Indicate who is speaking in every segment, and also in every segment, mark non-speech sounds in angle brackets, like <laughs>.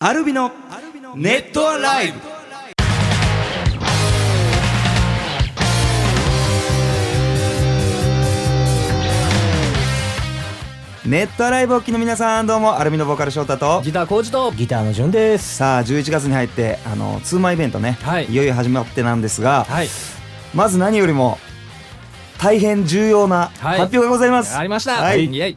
Speaker 1: アルビのネットアライブネットアライブをお聞きの皆さんどうもアルビのボーカル翔太と
Speaker 2: <laughs> ギター工事と
Speaker 3: ギターの順です。
Speaker 1: さあ11月に入ってあのツーマンイベントね、
Speaker 2: はい
Speaker 1: い、よいよ始まってなんですが、
Speaker 2: はい
Speaker 1: まず何よりも大変重要な発
Speaker 2: はい
Speaker 1: 表がございます、
Speaker 2: ありました
Speaker 1: は
Speaker 2: はい
Speaker 1: い、
Speaker 2: イエイ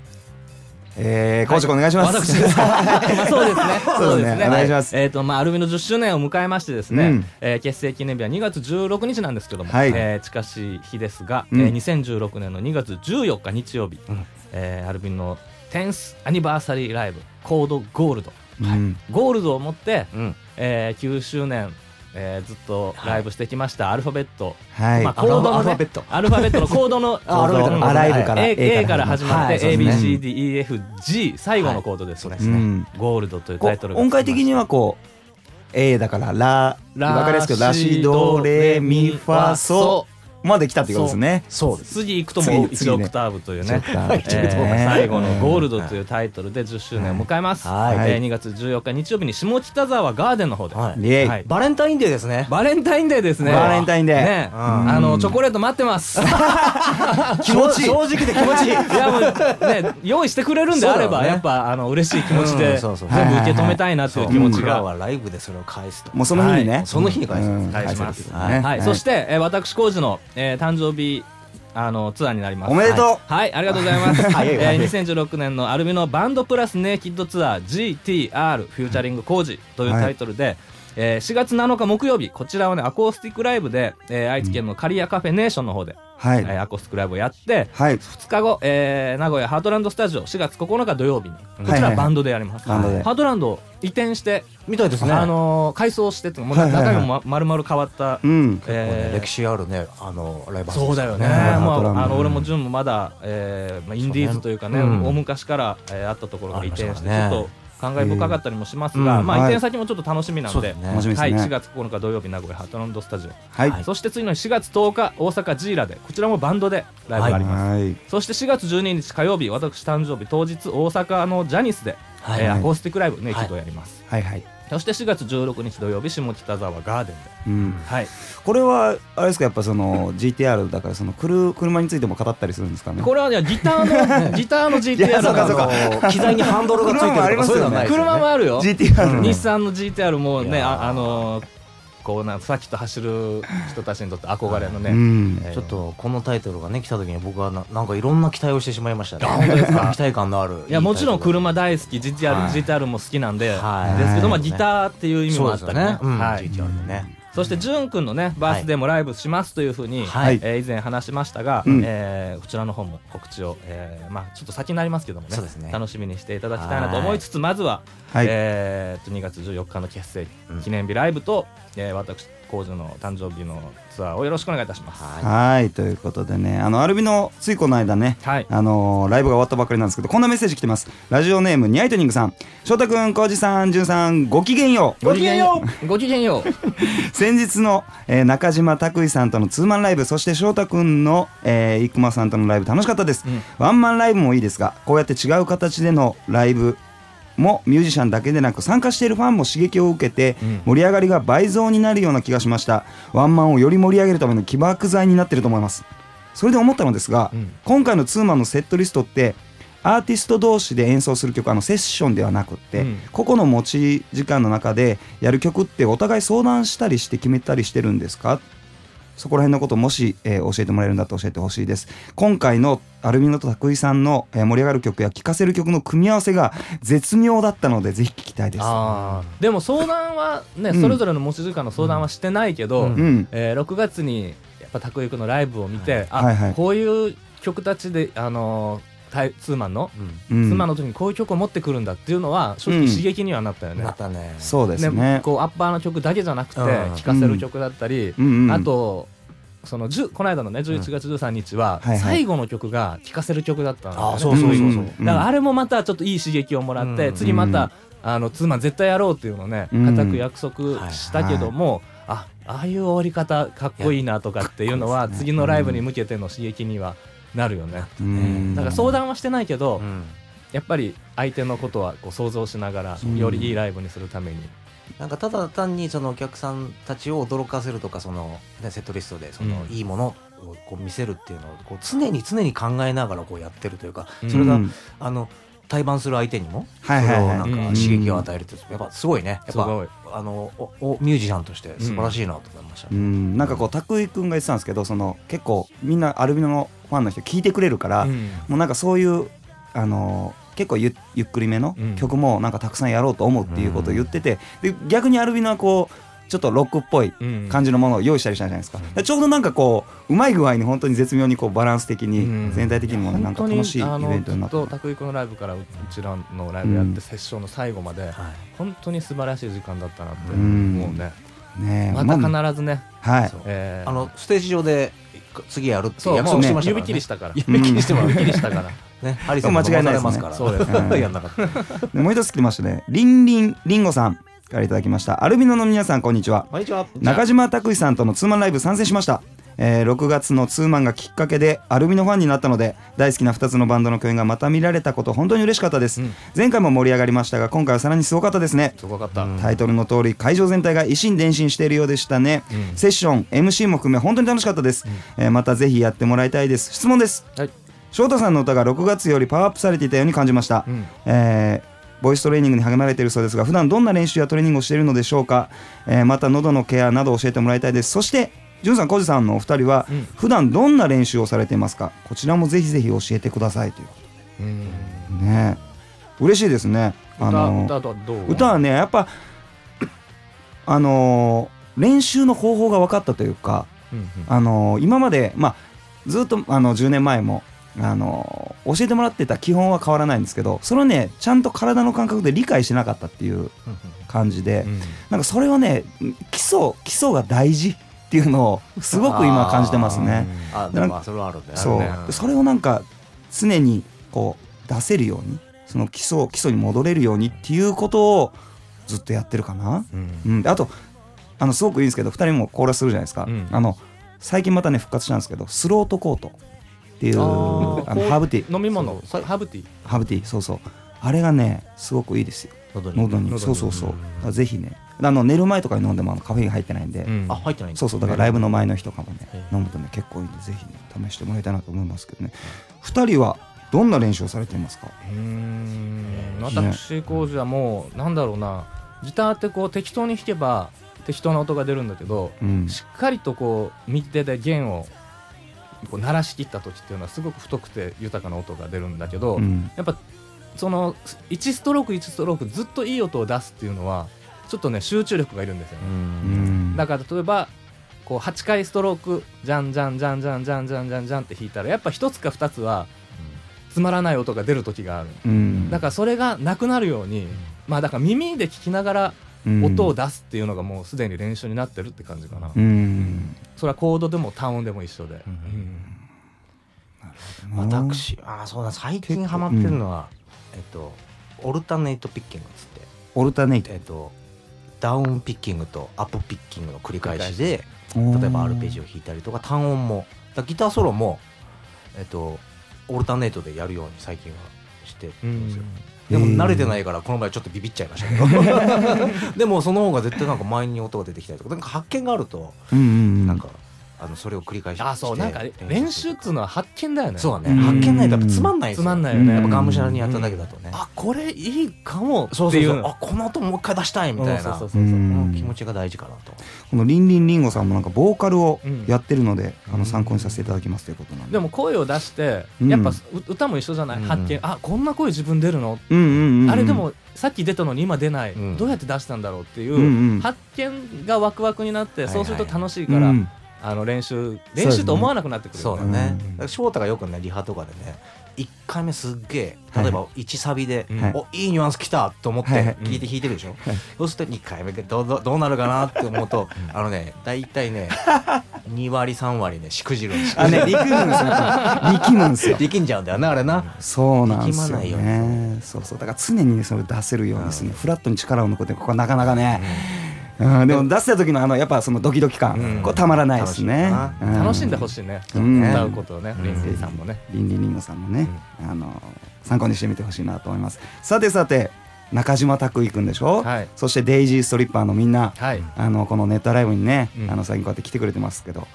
Speaker 1: えー、コーチ君お願いします、
Speaker 2: 私です
Speaker 1: <laughs>
Speaker 2: そうですね
Speaker 1: そうですねお願いします
Speaker 2: えっとまあアルミの10周年を迎えましてです
Speaker 1: う
Speaker 2: ね
Speaker 1: ん
Speaker 2: えー結成記念日は2月16日なんですけども
Speaker 1: はい
Speaker 2: えー近しい日ですがえ
Speaker 1: うん
Speaker 2: ー2016年の2月14日日曜日えーアルミの 10th アニバーサリーライブコードゴールド
Speaker 1: うん
Speaker 2: ゴールドを持って
Speaker 3: うん。
Speaker 2: えー9周年えーずっとライブしてきましたアルファベット
Speaker 1: はい、
Speaker 2: まあ、コードの、
Speaker 3: アル
Speaker 2: ね、
Speaker 3: ファベット
Speaker 2: アルファベットのコードの
Speaker 3: あアルファベットのコード
Speaker 2: アライ
Speaker 3: はい
Speaker 2: ブから A,
Speaker 1: A
Speaker 2: A から始まって、
Speaker 3: はい
Speaker 2: ABCDEFG 最後のコードですね,、
Speaker 1: うん
Speaker 2: ゴールドという
Speaker 1: こ
Speaker 2: タイト
Speaker 1: う
Speaker 2: ルが
Speaker 1: 音階的にはこう A だからラ
Speaker 2: ラ
Speaker 1: わかりやすくラシドレミファソまで来たってことですね
Speaker 3: そうです。
Speaker 2: 次行くともう
Speaker 1: 次
Speaker 2: 1
Speaker 1: ね
Speaker 2: オクターブという
Speaker 1: ちょっ
Speaker 2: ね
Speaker 1: とあの
Speaker 2: えー
Speaker 1: ね
Speaker 2: 最後の「ゴールド」というタイトルで10周年を迎えます、
Speaker 3: はい
Speaker 1: はい
Speaker 2: えー2月14日日曜日に下北沢ガーデンの方で、
Speaker 3: は
Speaker 1: イエイ
Speaker 2: はい
Speaker 3: バレンタインデーですね。
Speaker 2: バレンタインデーですね
Speaker 1: バレンタインデー
Speaker 2: ね
Speaker 3: うん
Speaker 2: あのチョコレート待ってます
Speaker 1: 気持ちいい
Speaker 3: 正直で気持ちいい。
Speaker 2: いやもうね用意してくれるんであれ
Speaker 3: そうだ
Speaker 2: ば
Speaker 3: よね
Speaker 2: やっぱあの嬉しい気持ちで
Speaker 3: うん
Speaker 2: 全
Speaker 3: そ
Speaker 2: 部
Speaker 3: う
Speaker 2: 受
Speaker 3: そう
Speaker 2: け止めたいなという気持ち
Speaker 3: 僕ら
Speaker 2: が
Speaker 3: はライブでそれを返すと。
Speaker 1: もうその日にね、
Speaker 2: はい
Speaker 3: その日に返す
Speaker 1: うん
Speaker 2: 返しま
Speaker 1: 返せ
Speaker 2: す
Speaker 1: るってこと
Speaker 2: は
Speaker 1: ね
Speaker 2: い、
Speaker 1: はい
Speaker 2: そして、えー、私浩二の、えー、誕生日あのツアーになります
Speaker 1: おめでとう
Speaker 2: はい、はいありがとうございます、
Speaker 3: 早い早
Speaker 2: え
Speaker 3: い
Speaker 2: ー、2016年のアルミのバンドプラスネイキッドツアー GTR フューチャリング工事というタイトルで、えー4月7日木曜日こちらはねアコースティックライブで、えー愛知県の刈谷カフェネーションの方で、
Speaker 1: はい、
Speaker 2: えーアコースティックライブをやって
Speaker 1: はい
Speaker 2: 2日後、えー名古屋ハートランドスタジオ4月9日土曜日にこち
Speaker 1: はい
Speaker 2: ら
Speaker 1: はい
Speaker 2: はバンドでやります、
Speaker 1: バンドで
Speaker 2: ハートランドを移転して
Speaker 3: みたいですね。
Speaker 2: あのー改装してってもう
Speaker 1: はいはいはい
Speaker 2: 中身もま丸々変わった、
Speaker 1: うん
Speaker 2: えー
Speaker 3: 歴史あるね、あのライブハウス。
Speaker 2: そうだよね、
Speaker 1: ね
Speaker 2: ま
Speaker 1: ハートランド
Speaker 2: あ、あの俺も潤もまだ、えーまあ、インディーズというかね
Speaker 3: そうねうん
Speaker 2: 大昔から、えーあったところが移転
Speaker 3: ありま
Speaker 2: し、
Speaker 3: してたね
Speaker 2: ちょっと感慨深かったりもしますが、
Speaker 1: うん
Speaker 2: まあ、
Speaker 1: はい
Speaker 2: 移転先もちょっと楽しみなので。
Speaker 3: そうだね
Speaker 1: 楽しみです
Speaker 2: はい、
Speaker 1: ね、
Speaker 2: 4月9日土曜日名古屋ハートランドスタジオ、
Speaker 1: はい
Speaker 2: そして次の4月10日大阪ジーラでこちらもバンドでライブがあります、
Speaker 1: はい
Speaker 2: そして4月12日火曜日私誕生日当日大阪のジャニスで、
Speaker 3: はい
Speaker 2: えー
Speaker 1: はい
Speaker 2: アコースティックライブね、きっとやります
Speaker 1: はいはい
Speaker 2: そして4月16日土曜日下北沢ガーデンで
Speaker 1: うん、
Speaker 2: はい、
Speaker 1: これはあれですかやっぱその GTR だからその車車についても語ったりするんですかね
Speaker 2: これはねギター <laughs> のギターの
Speaker 1: いや
Speaker 2: GTR
Speaker 1: そうか
Speaker 2: な
Speaker 1: そう
Speaker 2: の
Speaker 1: か
Speaker 3: あの機材にハンドルがついてる
Speaker 1: 車もあり
Speaker 3: と
Speaker 1: ま
Speaker 3: か
Speaker 1: す
Speaker 3: そ
Speaker 1: よ
Speaker 3: う
Speaker 1: ね
Speaker 3: いうのはないですよね。
Speaker 2: 車もあるよ
Speaker 1: GTR
Speaker 2: 日産の GTR も
Speaker 3: い
Speaker 2: ね
Speaker 3: やー
Speaker 2: ああのーこうなんさっきと走る人たちにとって憧れのね、
Speaker 1: うん
Speaker 2: えー
Speaker 3: ちょっとこのタイトルがね来た時に僕はななんかいろんな期待をしてしまいましたね。
Speaker 2: 本当ですか
Speaker 3: 期待感のある。
Speaker 2: いやもちろん車
Speaker 3: だ。
Speaker 2: 大好き GTR,、
Speaker 3: はい
Speaker 2: GTR も好きなんで、
Speaker 3: はい
Speaker 2: ですけど、ま
Speaker 3: は
Speaker 2: あ、
Speaker 3: い
Speaker 2: ギターっていう意味も
Speaker 3: そうで
Speaker 2: あっ
Speaker 3: すよ
Speaker 2: たりね
Speaker 3: ね。うん。
Speaker 2: はい
Speaker 3: GTR でね。
Speaker 2: そして潤くんのねバースデーもライブしますというふうに、
Speaker 3: はい
Speaker 2: えー以前話しましたが、
Speaker 1: うん
Speaker 2: えーこちらの方も告知を、えーまあ、ちょっと先になりますけどもね
Speaker 3: そうですね
Speaker 2: 楽しみにしていただきたいなと思いつつまずは、
Speaker 1: はい
Speaker 2: えーっと2月14日の結成
Speaker 3: うん
Speaker 2: 記念日ライブと、えー私工場の誕生日のツアーをよろしくお願いいたします。
Speaker 3: はい
Speaker 1: はいということでねあのアルビのついこの間ね
Speaker 2: はい
Speaker 1: あのーライブが終わったばかりなんですけどこんなメッセージ来てますラジオネームニャイトニングさん翔太くん浩二さん潤さんごきげんよう
Speaker 2: ごきげんようごきげんよう
Speaker 1: <laughs> 先日の、えー中島拓衣さんとのツーマンライブそして翔太くんの、えー、生駒さんとのライブ楽しかったです、
Speaker 2: うん
Speaker 1: ワンマンライブもいいですがこうやって違う形でのライブもミュージシャンだけでなく参加しているファンも刺激を受けて
Speaker 2: うん
Speaker 1: 盛り上がりが倍増になるような気がしましたワンマンをより盛り上げるための起爆剤になっていると思いますそれで思ったのですが、
Speaker 2: うん
Speaker 1: 今回のツーマンのセットリストってアーティスト同士で演奏する曲あのセッションではなくって、
Speaker 2: うん
Speaker 1: 個々の持ち時間の中でやる曲ってお互い相談したりして決めたりしてるんですかそこら辺のこともし、えー教えてもらえるんだと教えてほしいです今回のアルミノと拓井さんの、えー盛り上がる曲や聴かせる曲の組み合わせが絶妙だったのでぜひ聴きたいです
Speaker 3: あ
Speaker 2: でも相談はね、
Speaker 1: うん
Speaker 2: それぞれの持ち時間の相談はしてないけど、
Speaker 3: うん
Speaker 1: うん
Speaker 2: えー6月にやっぱたくゆくのライブを見て、あ、
Speaker 1: はいはい
Speaker 2: こういう曲たちであのータイツーマンの、
Speaker 3: ー。
Speaker 1: うん
Speaker 2: ツーマンの時にこういう曲を持ってくるんだっていうのは正
Speaker 1: うん
Speaker 2: 直刺激にはなったよ
Speaker 3: うん。
Speaker 2: ね。
Speaker 3: またね。
Speaker 1: そうですね
Speaker 2: こうアッパーの曲だけじゃなくて
Speaker 3: うん
Speaker 2: 聴かせる曲だったり、
Speaker 1: うんうん
Speaker 2: あとその10この間のね11月13日は
Speaker 1: はいはい
Speaker 2: 最後の曲が聴かせる曲だったの、ね
Speaker 3: あーそうそうそうそう。
Speaker 2: だからあれもまたちょっといい刺激をもらって、
Speaker 3: うん
Speaker 2: 次また、あのツーマン絶対やろうっていうのをね
Speaker 1: うん
Speaker 2: 固く約束したけども、あああいう終わり方かっこいいなとかっていうのは次のライブに向けての刺激にはなるよね、
Speaker 1: うん
Speaker 2: だから相談はしてないけど、
Speaker 3: うん。
Speaker 2: やっぱり相手のことはこう想像しながら
Speaker 1: うん
Speaker 2: よりいいライブにするために、
Speaker 3: なんかただ単にそのお客さんたちを驚かせるとかその、ね、セットリストでその
Speaker 2: うん
Speaker 3: いいものをこう見せるっていうのをこう常に常に考えながらこうやってるというか
Speaker 2: うん
Speaker 3: それが、
Speaker 1: うん
Speaker 3: あの対バンする相手にもそれ
Speaker 1: はいはい
Speaker 3: を
Speaker 1: はい
Speaker 3: なんか
Speaker 2: うん
Speaker 3: 刺激を与えるってやっぱすごいねやっ
Speaker 2: す
Speaker 3: ぱ
Speaker 2: ごい
Speaker 3: あのおおミュージシャンとして素晴らしいなと思いました、
Speaker 1: うん、なんかこう拓井君が言ってたんですけどその結構みんなアルビノのファンの人聞いてくれるから、
Speaker 2: うん
Speaker 1: もうなんかそういうあのー結構ゆゆっくりめの
Speaker 2: うん
Speaker 1: 曲もなんかたくさんやろうと思うっていうことを言ってて、で逆にアルビノはこうちょっとロックっぽい
Speaker 2: うん
Speaker 1: 感じのものを用意したりしたじゃないですか,、ちょうどなんかこううまい具合に本当に絶妙にこうバランス的
Speaker 2: う
Speaker 1: に
Speaker 2: ん
Speaker 1: 全体的にもねなんか楽しいイ
Speaker 2: 本当にあの
Speaker 1: ベントになって
Speaker 2: ずっと拓井君のライブからうちらのライブやって、セッションの最後まで
Speaker 3: はい
Speaker 2: 本当に素晴らしい時間だったなって、
Speaker 1: うん
Speaker 2: もうね
Speaker 1: ね
Speaker 2: ま
Speaker 1: あ
Speaker 2: た必ずね、
Speaker 1: はい
Speaker 3: そう
Speaker 2: えー
Speaker 3: あのステージ上で次やるって
Speaker 2: そう
Speaker 3: 約
Speaker 2: もう
Speaker 3: 束し
Speaker 2: ね
Speaker 3: ましたから、ね、
Speaker 2: 指
Speaker 3: 指切
Speaker 1: うん
Speaker 2: 切りしたから
Speaker 3: りしてもらう
Speaker 2: 指切りしたから
Speaker 3: ねハリーさんも
Speaker 1: 間違いないですね
Speaker 3: 騙されます
Speaker 1: <laughs>
Speaker 3: から
Speaker 2: そうです
Speaker 3: <laughs>
Speaker 1: ね
Speaker 3: やんなかった
Speaker 1: でもう一つ来てましたねりんりんりんごさんからいただきましたアルビノの皆さんこんにちは
Speaker 3: こんにちは
Speaker 1: 中島拓司さんとのツーマンライブ参戦しました、えー6月のツーマンがきっかけでアルミのファンになったので大好きな2つのバンドの共演がまた見られたこと本当に嬉しかったです、
Speaker 2: うん
Speaker 1: 前回も盛り上がりましたが今回はさらにすごかったですね
Speaker 2: すごかった、
Speaker 3: うん
Speaker 1: タイトルの通り会場全体が一心伝心しているようでしたね、
Speaker 2: うん
Speaker 1: セッション MC も含め本当に楽しかったです、えーまたぜひやってもらいたいです質問です
Speaker 2: はい
Speaker 1: 翔太さんの歌が6月よりパワーアップされていたように感じました、
Speaker 2: うん
Speaker 1: えーボイストレーニングに励まれているそうですが普段どんな練習やトレーニングをしているのでしょうか、えーまた喉のケアなど教えてもらいたいですそしてじゅんさんこじさんのお二人は
Speaker 2: うん
Speaker 1: 普段どんな練習をされていますかこちらもぜひぜひ教えてくださいというこ
Speaker 2: うん
Speaker 1: とでね嬉しいですね
Speaker 2: 歌
Speaker 1: あの
Speaker 2: 歌とはどう
Speaker 1: 歌はねやっぱあのー練習の方法が分かったというか
Speaker 2: うんうん
Speaker 1: あの今まで、まあ、ずっとあの10年前もあの教えてもらってた基本は変わらないんですけどそれをねちゃんと体の感覚で理解してなかったっていう感じで、
Speaker 2: うん
Speaker 1: なんかそれをね基礎基礎が大事っていうのをすごく今感じてますね。
Speaker 3: あでもまあそれはあるんだよ
Speaker 1: そう
Speaker 2: なるね
Speaker 1: それをなんか常にこう出せるようにその基礎基礎に戻れるようにっていうことをずっとやってるかな。
Speaker 2: うん
Speaker 1: うん、であとあのすごくいいんですけど2人もコーラスするじゃないですか、
Speaker 2: うん
Speaker 1: あの最近またね復活したんですけどスロートコートっていう
Speaker 2: あ
Speaker 1: あ
Speaker 2: ー
Speaker 1: のハーブティー
Speaker 2: 飲み物ハーブティー
Speaker 1: ハーブティーそうそうあれがねすごくいいですよ
Speaker 3: 喉に
Speaker 1: 喉に
Speaker 2: 喉に
Speaker 1: そうそうそう
Speaker 2: う
Speaker 1: だ
Speaker 2: ん
Speaker 1: からぜひねあの寝る前とかに飲んでもあのカフェイン入ってないんで、
Speaker 2: うん
Speaker 3: あ入ってないんだ
Speaker 1: そうそうだからライブの前の日とかもね、
Speaker 3: へえ
Speaker 1: 飲むとね結構いいんでぜひね試してもらいたいなと思いますけどね2人はどんな練習をされていますか
Speaker 2: うーん私工事はもうなんだろうなギターってこう適当に弾けば適当な音が出るんだけど
Speaker 1: うん
Speaker 2: しっかりとこう右手で弦をこう鳴らしきった時っていうのはすごく太くて豊かな音が出るんだけど、
Speaker 1: うん
Speaker 2: やっぱその1ストローク1ストロークずっといい音を出すっていうのはちょっとね集中力がいるんですよ
Speaker 3: う
Speaker 2: ね、
Speaker 1: うんん
Speaker 2: だから例えばこう8回ストロークじゃんじゃんじゃんじゃんじゃんじゃんじゃんじゃんって弾いたらやっぱ1つか2つはつまらない音が出る時がある
Speaker 1: うん
Speaker 2: だからそれがなくなるように、まあだから耳で聞きながら音を出すっていうのがもうすでに練習になってるって感じかな、
Speaker 1: うん
Speaker 2: それはコードでも単音でも一緒で、
Speaker 3: うん
Speaker 2: うん
Speaker 1: うん
Speaker 3: 私あーそうだ最近ハマってるのは、えっとオルタネイトピッキングっつって
Speaker 1: オルタネイト
Speaker 3: えっとダウンピッキングとアップピッキングの繰り返しで例
Speaker 1: 例
Speaker 3: えばアルペジオ弾いたりとか単音もだからギターソロもえっとオルタネートでやるように最近はしてるんですよ、でも
Speaker 1: へー
Speaker 3: 慣れてないからこの前ちょっとビビっちゃいましたけど
Speaker 2: <laughs>
Speaker 3: でもその方が絶対なんか前に音が出てきたりとかなんか発見があると
Speaker 1: うんうんうん
Speaker 3: なんか、あのそれを繰り返して
Speaker 2: あそうなんか
Speaker 3: して
Speaker 2: 練習っつうのは発見だよね
Speaker 3: そうだ
Speaker 1: う
Speaker 3: ね
Speaker 1: ん
Speaker 3: 発見ないとやっぱつまんないです
Speaker 2: つまんないよ
Speaker 1: う
Speaker 2: ね
Speaker 3: やっぱ
Speaker 1: ん
Speaker 3: がむしゃらにやっただけだとね、あ
Speaker 2: あこれいいかもっていう
Speaker 3: そうそうそう
Speaker 2: あ
Speaker 3: あこの音もう一回出したいみたいな
Speaker 2: そう
Speaker 1: う
Speaker 2: そうそうそう、
Speaker 3: うん
Speaker 1: ん
Speaker 3: 気持ちが大事かなと
Speaker 1: このリンリンリンゴさんもなんかボーカルを
Speaker 2: うん
Speaker 1: やってるので、あ
Speaker 3: う
Speaker 1: の
Speaker 3: ん
Speaker 1: 参考にさせていただきますということなんで。
Speaker 2: でも声を出して
Speaker 1: うん
Speaker 2: やっぱう歌も一緒じゃない、
Speaker 3: うん
Speaker 2: 発見あこんな声自分出るの、
Speaker 1: うんうんうん、
Speaker 2: あれでもさっき出たのに今出ない、
Speaker 3: うん
Speaker 2: どうやって出したんだろうっていう、
Speaker 1: うんうん
Speaker 2: 発見がワクワクになって、
Speaker 3: はいはい
Speaker 2: そうすると楽しい
Speaker 1: うん
Speaker 2: から、
Speaker 1: うん
Speaker 2: あの練習練習と思わなくなってくる
Speaker 3: そ
Speaker 2: よ
Speaker 3: う
Speaker 2: ね、
Speaker 3: だね、
Speaker 1: うん
Speaker 3: だから翔太がよくねリハとかでね1回目すっげえ
Speaker 1: はい
Speaker 3: 例えば1サビで、
Speaker 2: はい
Speaker 3: おいいニュアンスきたと思って
Speaker 1: はいはい
Speaker 3: 聞いて弾いてるでしょ、
Speaker 1: はい
Speaker 3: そうすると2回目でどうどうどうなるかなって思うとあのね大体ね2割3割ねしくじるんですよ
Speaker 1: あ
Speaker 3: <laughs>
Speaker 1: ね、力むんですよ。やっぱ力むんですよ。
Speaker 3: 力んじゃうんだよねあれな、
Speaker 1: そうなんです
Speaker 3: 力ま
Speaker 1: よ
Speaker 3: ない
Speaker 1: ね。そうそう、だから常にね、それを出せるようにですね、フラットに力を抜くって、ここはなかなかね。うん、でも出した時のあのやっぱそのドキドキ感、
Speaker 3: うん
Speaker 1: こうたまらないですね
Speaker 3: 楽しい。
Speaker 1: う
Speaker 2: 楽しんでほしいね、
Speaker 1: うん
Speaker 2: 歌うことをね、
Speaker 3: うん
Speaker 2: リンセイさんもね。
Speaker 1: リンリンリンゴさんもね、あの参考にしてみてほしいなと思います。さてさて中島拓衣くんでしょ。
Speaker 2: はい
Speaker 1: そしてデイジーストリッパーのみんな、
Speaker 2: はい、
Speaker 1: あのこのネタライブにね、
Speaker 2: うん
Speaker 1: あの最近こうやって来てくれてますけど、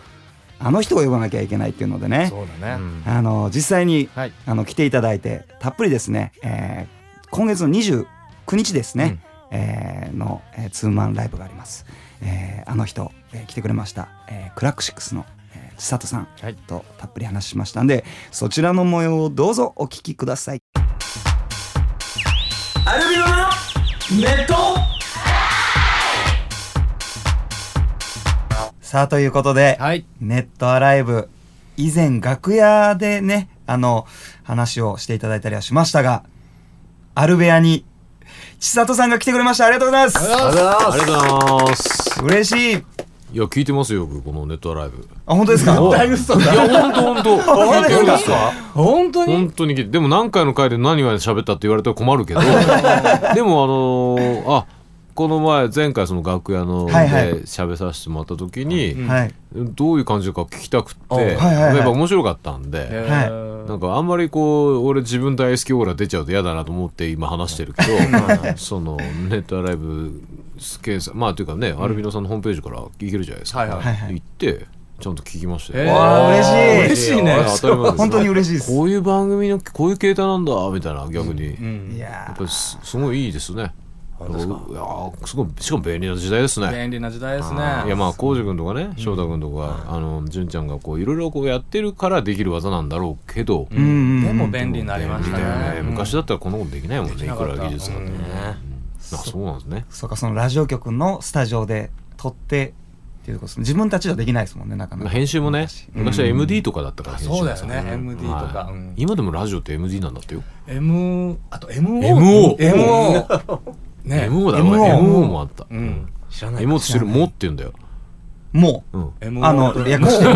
Speaker 1: あの人を呼ばなきゃいけないっていうのでね、
Speaker 2: そうだね、
Speaker 1: あの実際に
Speaker 2: はい、
Speaker 1: あの来ていただいてたっぷりですね、えー今月の29日ですね、えーの、えーツーマンライブがあります、えーあの人、えー来てくれました、えークラクシックスの、えー、千里さん
Speaker 2: はい
Speaker 1: とたっぷり話しましたんでそちらの模様をどうぞお聞きください
Speaker 4: アルビノのネット
Speaker 1: さあということで、
Speaker 2: はい、
Speaker 1: ネットアライブ以前楽屋でねあの話をしていただいたりはしましたがアルベアに千里さんが来てくれましたありがとうございます
Speaker 5: ありがとうございます。
Speaker 1: 嬉しい
Speaker 5: いや、聞いてますよ、僕、このネットアライブ。
Speaker 1: あ本当ですか
Speaker 5: おい
Speaker 2: 嘘だ。
Speaker 5: や、本当本当。
Speaker 1: 本当ですか
Speaker 2: 本当に。
Speaker 5: 本当に聞いてでも何回の回で何が喋ったって言われたら困
Speaker 1: <laughs>
Speaker 5: るけどでもあのーあこの前前回その楽屋ので
Speaker 1: はいはい
Speaker 5: 喋させてもらった時に、
Speaker 1: はい
Speaker 5: どういう感じか聞きたくって、
Speaker 1: はいはいはい
Speaker 5: やっぱ面白かったんで、
Speaker 1: はい
Speaker 2: えー
Speaker 5: なんかあんまりこう俺自分大好きオーラ出ちゃうと嫌だなと思って今話してるけどそのネットアライブスケーさんまあというかね、アルビノさんのホームページから行けるじゃないですか、
Speaker 2: はいはい
Speaker 5: 行ってちゃんと聞きました
Speaker 2: え
Speaker 5: よ。
Speaker 2: ー
Speaker 1: わー嬉
Speaker 2: 嬉
Speaker 1: し
Speaker 2: しいね。
Speaker 5: 当たり前です
Speaker 1: 本当に嬉しいです
Speaker 5: こういう番組のこういう形態なんだみたいな逆に、や
Speaker 1: い
Speaker 5: っ
Speaker 1: や
Speaker 5: ぱりすすごいいいですね。いやーすごいしかも便利な時代ですね。
Speaker 2: 便利な時代ですね。
Speaker 5: いやまあ浩二君とかね翔太君とか、あの純ちゃんがこういろいろこうやってるからできる技なんだろうけど、
Speaker 1: ーうん
Speaker 2: でも
Speaker 1: うん
Speaker 2: 便利になりまし
Speaker 5: 便利
Speaker 2: た
Speaker 5: だよね
Speaker 2: ね。
Speaker 5: 昔だったらこんなことできないもんねい
Speaker 2: な
Speaker 5: く
Speaker 2: かった
Speaker 5: ら技術がね、あそうなんですね
Speaker 1: そうかそのラジオ局のスタジオで撮ってっていうことですね自分たちじゃできないですもんねなかな
Speaker 5: まあ
Speaker 1: か
Speaker 5: 編集もね
Speaker 1: うん
Speaker 5: 昔は MD とかだったから、編集
Speaker 2: そうだよ
Speaker 5: がさ
Speaker 2: ね。MD とか
Speaker 5: は。い
Speaker 2: うん
Speaker 5: 今でもラジオって MD なんだってよ
Speaker 2: M あと MO
Speaker 5: MO
Speaker 2: MO <laughs> ね
Speaker 5: MO だよ MO, もあった、
Speaker 2: うん
Speaker 5: MO って知る「も」って言うんだよ、
Speaker 1: も
Speaker 5: うん、
Speaker 1: う
Speaker 2: MO
Speaker 1: あの略しても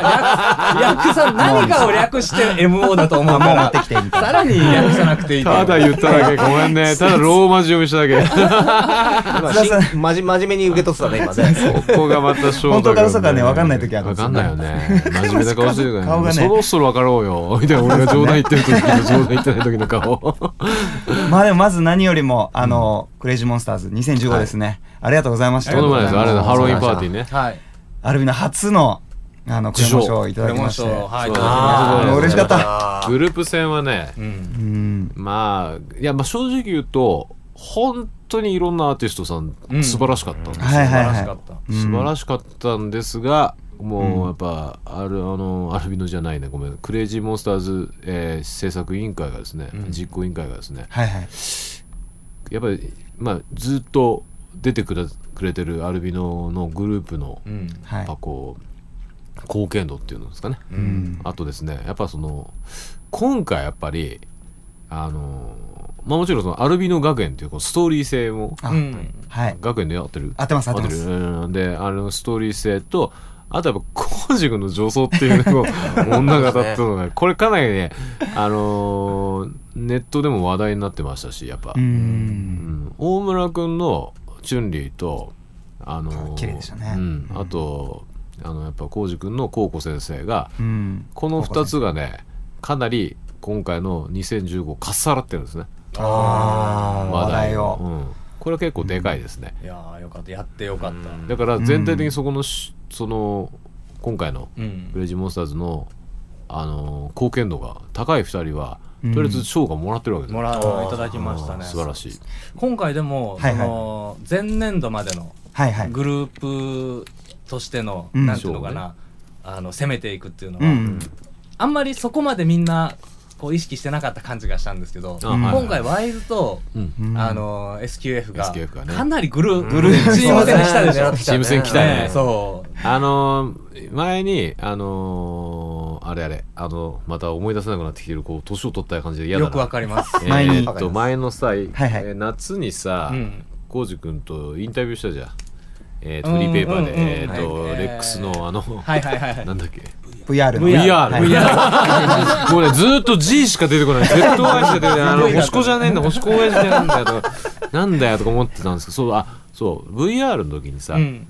Speaker 2: 略 <laughs> さ何かを略して MO だと思うか
Speaker 1: う持っ
Speaker 2: ら
Speaker 1: てきてみたいな
Speaker 2: <laughs> さらに略さなくていい
Speaker 5: ただ言っただ <laughs> けごめんねただローマ字読みしただ <laughs> け
Speaker 3: 今しまじ真面目に受け取ってたね今ね
Speaker 5: ここがまた翔太君ね
Speaker 1: 本当か嘘かね分かんない時あるん
Speaker 5: 分
Speaker 1: です
Speaker 5: か
Speaker 1: よ
Speaker 5: ん
Speaker 1: ね
Speaker 5: ないよ <laughs> ね真面目な顔してるからね
Speaker 1: 顔がね
Speaker 5: そろそろ分かろうよみたいな俺が冗談言ってる時 <laughs> と冗談言ってない時の顔
Speaker 1: まあでもまず何よりもあのクレイジーモンスターズ2015ですねありがとうございました
Speaker 5: この前ですあれだハロウィン
Speaker 1: ー
Speaker 5: パーティーね
Speaker 2: はい
Speaker 1: アルビナ初のあのクレモン賞をいた
Speaker 2: こ
Speaker 1: だ
Speaker 2: れ
Speaker 1: き
Speaker 2: も
Speaker 1: まして
Speaker 2: そうはい
Speaker 5: そう
Speaker 1: あーもう嬉しかった
Speaker 5: グループ戦はね
Speaker 2: うん
Speaker 1: うん
Speaker 5: まあいやまあ正直言うと本当にいろんなアーティストさん
Speaker 2: うん
Speaker 5: 素晴らしかったんですよ
Speaker 1: はい
Speaker 2: 素
Speaker 1: は
Speaker 2: 晴
Speaker 1: い
Speaker 2: らし
Speaker 1: は
Speaker 2: か
Speaker 1: い
Speaker 2: った
Speaker 1: うん
Speaker 5: 素晴らしかったんですが、もうやっぱ、あるあのアルビノじゃないねごめんクレイジーモンスターズ、えー制作委員会がですね、実行委員会がですね
Speaker 1: はいはい
Speaker 5: やっぱり、まあ、ずっと出てくれくれてるアルビノのグループの、
Speaker 2: うん
Speaker 1: は
Speaker 5: やっ
Speaker 1: い
Speaker 5: ぱこう貢献度っていうんですかね、
Speaker 1: うん
Speaker 5: あとですねやっぱその今回やっぱりあのまあもちろんそのアルビノ学園っていうこうストーリー性も
Speaker 1: あ
Speaker 2: うん
Speaker 1: はい
Speaker 5: 学園でやってる
Speaker 1: 合ってます合ってます
Speaker 5: うんであのストーリー性とあとやっぱコージ君の女装っていう
Speaker 1: <laughs>
Speaker 5: のを女方っていうのがこれかなりねあのーネットでも話題になってましたしやっぱ、
Speaker 1: う
Speaker 5: うんん大村君のチュンリーとあのー
Speaker 1: 綺麗でしたね
Speaker 5: うん、あとあのやっぱコージ君のコウコ先生が
Speaker 1: うん
Speaker 5: この2つがねかなり今回の2015かっさらってるんですね
Speaker 1: あー話題を
Speaker 5: うん、これは結構でかいですね、
Speaker 2: いやーよかったやってよかっ
Speaker 5: だから全体的にそこのし、その今回の
Speaker 2: たうん
Speaker 5: クレイジーモンスターズの、あのー貢献度が高い2人は
Speaker 1: うん
Speaker 5: とりあえず賞がもらってるわけです
Speaker 2: も
Speaker 5: よ
Speaker 2: らういただきましたね
Speaker 5: 素晴らしい
Speaker 2: 今回でも
Speaker 1: はい
Speaker 2: そ
Speaker 1: はい
Speaker 2: の前年度までの
Speaker 1: はいはい
Speaker 2: グループとしての
Speaker 1: うん
Speaker 2: なんていうのかなあの攻めていくっていうの
Speaker 1: う
Speaker 2: は
Speaker 1: ん
Speaker 2: あんまりそこまでみんなこう意識してなかった感じがしたんですけど
Speaker 5: あはいはい
Speaker 2: 今回ワイズと
Speaker 5: うん
Speaker 1: うん
Speaker 2: あの SQF が
Speaker 5: SQF がね
Speaker 2: かなりグル
Speaker 3: グ
Speaker 2: ー
Speaker 3: ル
Speaker 2: プ
Speaker 3: ープ
Speaker 2: チーム戦したでしょ
Speaker 3: 狙って
Speaker 5: チーム戦来たね
Speaker 2: ねそ
Speaker 5: あのー前にあのーあれあれあのまた思い出せなくなってきてるこう年を取った感じで
Speaker 2: う
Speaker 5: 嫌だな
Speaker 2: よくわかります
Speaker 5: えー
Speaker 1: 前に
Speaker 5: えーっと前の際、
Speaker 1: はいはい
Speaker 5: えー夏にさ、
Speaker 2: うん
Speaker 5: コウジ君とインタビューしたじゃん、えー、フリーペーパーで、
Speaker 2: うんうんうん
Speaker 5: えーっと
Speaker 2: はい
Speaker 5: レックスのあの、
Speaker 2: はいはいはいはい
Speaker 5: なんだっけ
Speaker 1: VR の
Speaker 5: VR、
Speaker 3: はい
Speaker 2: <laughs>
Speaker 5: VR もうねずーっと G しか出てこない Z 親父しか出てこないあの星子じゃねえんだ星子親父じゃねえんだよとかなんだよとか思ってたんですけどそうあそう VR の時にさ、
Speaker 2: うん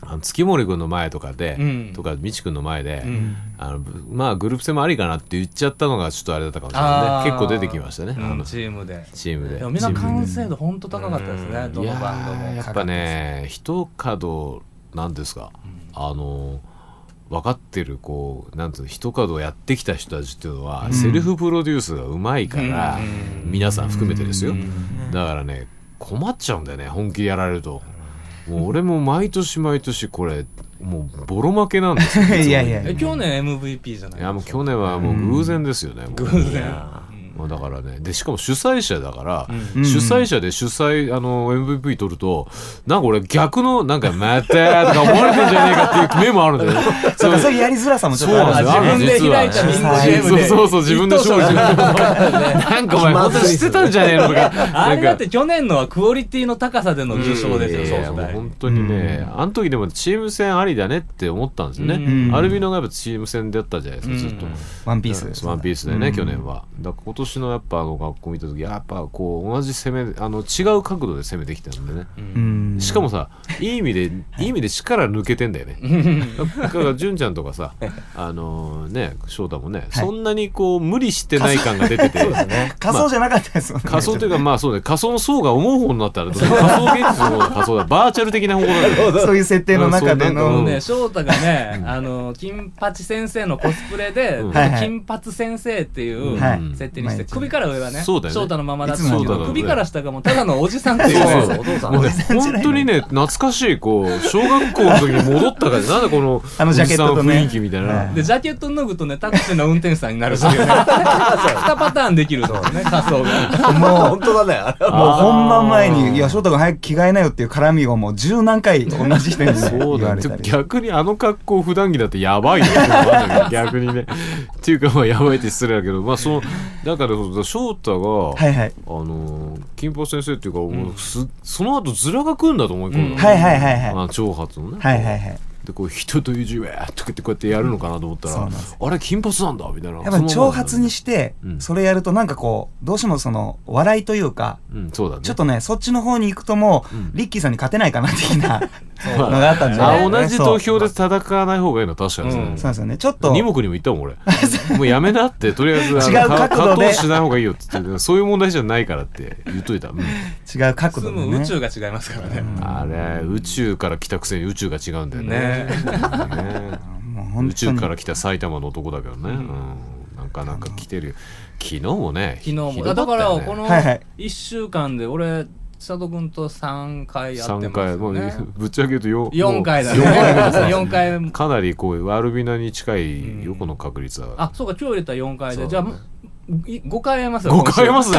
Speaker 5: あの月森君の前とかで、
Speaker 2: うん
Speaker 5: とかみち君の前で、
Speaker 2: うん
Speaker 5: あのまあグループ戦もありかなって言っちゃったのがちょっとあれだったかもしれないね結構出てきましたね、あ
Speaker 2: うん
Speaker 5: の
Speaker 2: チームで
Speaker 5: チームで
Speaker 2: でもみんな完成度本当高かったですねど
Speaker 5: い
Speaker 2: の
Speaker 5: や
Speaker 2: バンドも
Speaker 5: ーやっぱね一角なんですか、あの分かってるこうなんつうの一角やってきた人たちっていうのは、セルフプロデュースがうまいから、皆さん含めてですよ、だからね困っちゃうんだよね本気でやられると。もう俺も毎年毎年これもうボロ負けなんですよ
Speaker 1: <laughs> いやいや
Speaker 2: え去年 MVP じゃない
Speaker 5: いやもう去年はもう偶然ですよね、もう
Speaker 2: 偶然
Speaker 5: もうだからねでしかも主催者だから、
Speaker 1: うん
Speaker 5: 主催者で主催あの MVP 取るとなんか俺逆のなんか「また」とか思われてんじゃねえかっていう目もあるんだよね
Speaker 1: <laughs> そうかそういうやりづらさもちょっとあるんですよ
Speaker 5: そう
Speaker 2: あ
Speaker 5: な
Speaker 2: 自分
Speaker 5: んです
Speaker 2: で
Speaker 5: よ
Speaker 2: 開いたミング
Speaker 5: そ
Speaker 2: GM
Speaker 5: う
Speaker 2: で
Speaker 5: そうそう自分で勝利自分で <laughs> なんかお前本当にしてたんじゃねえのか
Speaker 2: あれだ
Speaker 5: な
Speaker 2: っ
Speaker 5: ん
Speaker 2: て去年のはクオリティの高さでの受賞ですよ、
Speaker 5: いやいや
Speaker 2: そう
Speaker 5: もう
Speaker 2: そう
Speaker 5: 本当にね、あの時でもチーム戦ありだねって思ったんですよね、
Speaker 2: うん
Speaker 5: アルビノがやっぱチーム戦だったじゃないですか、ずっと、
Speaker 2: うん
Speaker 1: ワンピース
Speaker 5: ワンピースでね、
Speaker 1: うん
Speaker 5: 去年はだから今年のやっぱあの学校見た時やっぱこう同じ攻めあの違う角度で攻めてきたんでね、
Speaker 1: うん
Speaker 5: しかもさいい意味でいい意味で力抜けてんだよねだから純ちゃんと
Speaker 1: <laughs>
Speaker 5: かさあのね翔太もね、そんなにこう無理してない感が出てて
Speaker 1: 仮想じ <laughs> ゃなかったですもんね
Speaker 5: 仮想というかまあそうね仮想の層が思う方になったら仮想現実の方が仮想だバーチャル的な方向だね
Speaker 1: そういう設定の中で
Speaker 5: うん
Speaker 2: も
Speaker 5: そう
Speaker 1: の
Speaker 5: うなんか
Speaker 2: ね、翔太がね、あの、金八先生のコスプレで
Speaker 5: うん、
Speaker 1: はいはい
Speaker 2: 金髪先生っていう
Speaker 1: はい
Speaker 2: 設定にし
Speaker 1: う
Speaker 2: て、
Speaker 1: ん
Speaker 2: 首から上はね、翔
Speaker 5: そうだよね
Speaker 2: 太のままだったんだ
Speaker 1: い
Speaker 2: け
Speaker 1: つも
Speaker 5: だ
Speaker 2: ど、
Speaker 5: よね
Speaker 2: 首から下がもうただのおじさんっていう
Speaker 5: そ
Speaker 2: ね。
Speaker 5: うそう
Speaker 3: お父さん
Speaker 5: もうね
Speaker 1: さんじゃない
Speaker 5: 本当にね懐かしいこう小学校の時に戻ったからなんだこの
Speaker 1: あのジャケットとね
Speaker 5: おじさん雰囲気みたいな、
Speaker 1: はい
Speaker 2: で、ジャケット脱ぐとね、タクシーの運転手さんになるって
Speaker 5: <laughs>
Speaker 2: いうね。2パターンできるのね、仮想が。
Speaker 3: もう本当だねあれは
Speaker 1: もう本番前に「いや翔太君早く着替えなよ」っていう絡みをもう十何回同じ人にね言
Speaker 5: そう
Speaker 1: わ
Speaker 5: だ
Speaker 1: れ
Speaker 5: ね
Speaker 1: たり
Speaker 5: 逆にあの格好普段着だってやばいよね逆にねっていうかまあやばいって失礼だけどまあそのだからそう翔太が、
Speaker 1: はいはい
Speaker 5: あのー金八先生っていうか、もうすその後ズラが来るんだと思い込んだ、
Speaker 1: はいはいはいはい
Speaker 5: あの長髪のね、
Speaker 1: はいはいはい
Speaker 5: でこう人という字はとかってこうやってやるのかなと思った
Speaker 1: そうな
Speaker 5: ら、
Speaker 1: んです
Speaker 5: あれ金髪なんだみたいな
Speaker 1: やっぱ長髪にして
Speaker 5: うん
Speaker 1: それやるとなんかこうどうしてもその笑いというか
Speaker 5: うんそうだね
Speaker 1: ちょっとねそっちの方に行くともう、
Speaker 5: うん
Speaker 1: リッキーさんに勝てないかな的な
Speaker 5: ま
Speaker 1: のがあったんじゃない
Speaker 5: ああ同じ投
Speaker 1: そう
Speaker 5: 票で戦わない方がいいのは確かに、ね
Speaker 1: そうなんですよねちょっと
Speaker 5: 二目にも言ったもん俺もうやめなってとりあえずあの
Speaker 1: 違う角度で
Speaker 5: か葛藤しない方がいいよって言ってそういう問題じゃないからって言っといた、うん
Speaker 1: 違う角
Speaker 2: 住
Speaker 1: 度で
Speaker 2: む宇
Speaker 1: ね
Speaker 2: 宙が違いますからね。
Speaker 5: あれ宇宙から来たくせに宇宙が違うんだよね
Speaker 2: ね
Speaker 5: ね
Speaker 1: もう本当に
Speaker 5: 宇宙から来た埼玉の男だけどね、うんなんかなんか来てるよ昨日もね
Speaker 2: 昨日
Speaker 5: ひ
Speaker 2: も。
Speaker 5: ど
Speaker 2: だ
Speaker 5: った
Speaker 2: か
Speaker 5: よ
Speaker 2: ら、
Speaker 5: ね
Speaker 2: この
Speaker 1: はいはい
Speaker 2: 1週間で、俺、佐藤君と3回やって
Speaker 5: 3
Speaker 2: ます
Speaker 5: 回も
Speaker 2: よ
Speaker 5: う
Speaker 2: ね。
Speaker 5: ぶっちゃけ言うとよ
Speaker 2: 4回だね。4回
Speaker 5: もうかなりこうアルビナに近いよこの確率は、
Speaker 2: あ、そうか、今日入れたら4回で、
Speaker 5: そう
Speaker 2: じゃ
Speaker 5: だ
Speaker 2: あ、
Speaker 5: ね
Speaker 2: い5回会えますよ。
Speaker 5: 5回えますね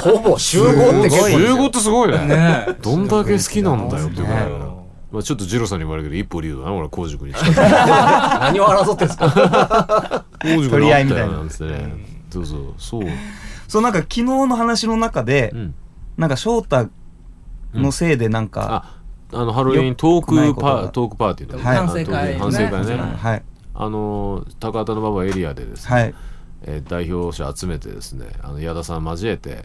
Speaker 3: ほぼ集合って結構ですよ
Speaker 5: 15ってすごいね <laughs>
Speaker 2: 今週ねえ。
Speaker 5: どんだけ好きなんだよっていうぐらいだな
Speaker 2: ね
Speaker 5: まあちょっとジロさんに言われるけど一歩リードだな俺浩司君に近い
Speaker 3: 何を争ってんですか
Speaker 5: 浩司君
Speaker 1: 取
Speaker 5: に
Speaker 1: り合い
Speaker 5: 会っ
Speaker 1: み
Speaker 5: た
Speaker 1: たい
Speaker 5: よ
Speaker 1: な
Speaker 5: なんつってねそうそうそう、
Speaker 1: そうなんか昨日の話の中で、
Speaker 5: うん、
Speaker 1: なんか翔太のせいでなんか、
Speaker 5: ああのハロウィントーク
Speaker 1: よくないこと
Speaker 5: パ
Speaker 1: が
Speaker 5: トークパーティーだね
Speaker 1: はい
Speaker 5: あの
Speaker 2: 反省会ね
Speaker 5: 反省会ね
Speaker 1: はい
Speaker 5: あの高畑の馬場エリアでですね、
Speaker 1: はい
Speaker 5: えー代表者集めてですねあの矢田さん交えて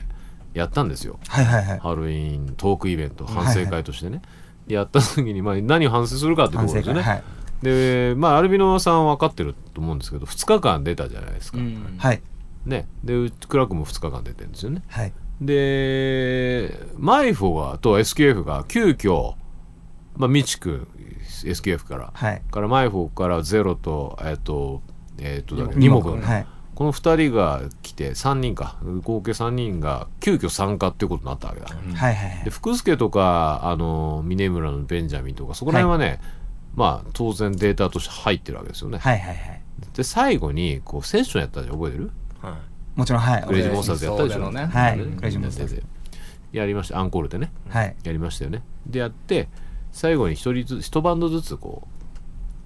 Speaker 5: やったんですよ
Speaker 1: はいはいはい
Speaker 5: ハロウィントークイベント反省会としてね、やった時に、まあ、何を反省するかってこと
Speaker 1: 反
Speaker 5: こ
Speaker 1: 省
Speaker 5: ろです
Speaker 1: 会
Speaker 5: よね、
Speaker 1: はい
Speaker 5: でまあアルビノさんは分かってると思うんですけど2日間出たじゃないですか、
Speaker 2: うん
Speaker 1: はい
Speaker 5: ねでうクラークも2日間出てるんですよね
Speaker 1: はい
Speaker 5: でマイフォがと SKF が急遽まあミチ君 SKF から、
Speaker 1: はい
Speaker 5: からマイフォからゼロとえっ、とえっ、とだっけ
Speaker 1: 二
Speaker 5: ニ
Speaker 1: 目
Speaker 5: モ君、
Speaker 1: はい
Speaker 5: この2人が来て3人か合計3人が急遽参加っていうことになったわけだ、
Speaker 1: はいはい
Speaker 5: で福助とかあの峰村のベンジャミンとかそこら辺はね、まあ当然データとして入ってるわけですよね、
Speaker 1: はいはいはい
Speaker 5: で最後にこうセッションやったじゃん覚えてる
Speaker 1: もちろんはい
Speaker 5: クレイジーモンスターズやったでし
Speaker 2: そうだ
Speaker 5: ょ、
Speaker 2: ろうね
Speaker 1: はい
Speaker 5: みんなで
Speaker 1: クレイジーモンスターズ
Speaker 5: やりましたアンコールでね
Speaker 1: はい
Speaker 5: やりましたよねでやって最後に一人ずつ一バンドずつこう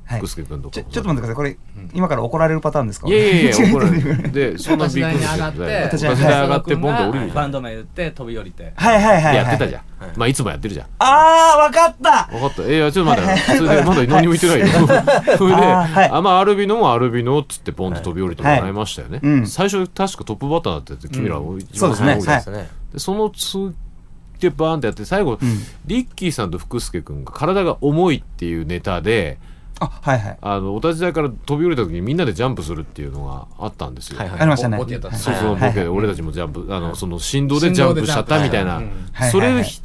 Speaker 1: はい
Speaker 5: 福助君とか
Speaker 1: ちょ
Speaker 5: も
Speaker 1: ちょっと待ってくださいこれ今から怒られるパターンですか
Speaker 5: い
Speaker 1: <laughs>
Speaker 5: やいやいや怒られるでそんなびっくりして
Speaker 2: 上がって
Speaker 1: 私
Speaker 5: 私台上がって
Speaker 2: その
Speaker 5: ボン
Speaker 2: 君が
Speaker 5: と降りるじゃ
Speaker 2: バ
Speaker 5: ん
Speaker 2: ンド名言って飛び降りて
Speaker 1: はいはいはい、はい、
Speaker 5: やってたじ
Speaker 1: ゃん
Speaker 5: ゃんまあいつもやってるじ
Speaker 1: あーわかった
Speaker 5: ゃん分かったえいやちょっと待ってそれでまだ何も言ってないよ <laughs> そ
Speaker 1: あ
Speaker 5: れで
Speaker 1: ーはい
Speaker 5: あまあアルビノもアルビノっつってボンと飛び降りてもらいましたよ
Speaker 1: はいうん
Speaker 5: ね最初確かトップバッターだったって君ら
Speaker 2: う
Speaker 5: 一
Speaker 1: そう
Speaker 5: 番
Speaker 1: ですね
Speaker 5: 最後
Speaker 3: そうですね。
Speaker 5: でそのつでバーンってやって最後
Speaker 1: うん
Speaker 5: リッキーさんと福助君が体が重いっていうネタで
Speaker 1: あはいはい
Speaker 5: あのお立ち台から飛び降りた時にみんなでジャンプするっていうのがあったんですよ。
Speaker 3: はいはい
Speaker 1: ありましたね
Speaker 2: ボボケた
Speaker 5: そうそ
Speaker 1: はい
Speaker 5: うボ
Speaker 1: はい
Speaker 5: ケで俺たちもジャンプあのその振動でジャンプしちゃったみたいな
Speaker 2: 振動でジャン
Speaker 1: プはい
Speaker 5: そ
Speaker 1: はいは
Speaker 5: れ
Speaker 1: い
Speaker 5: ひ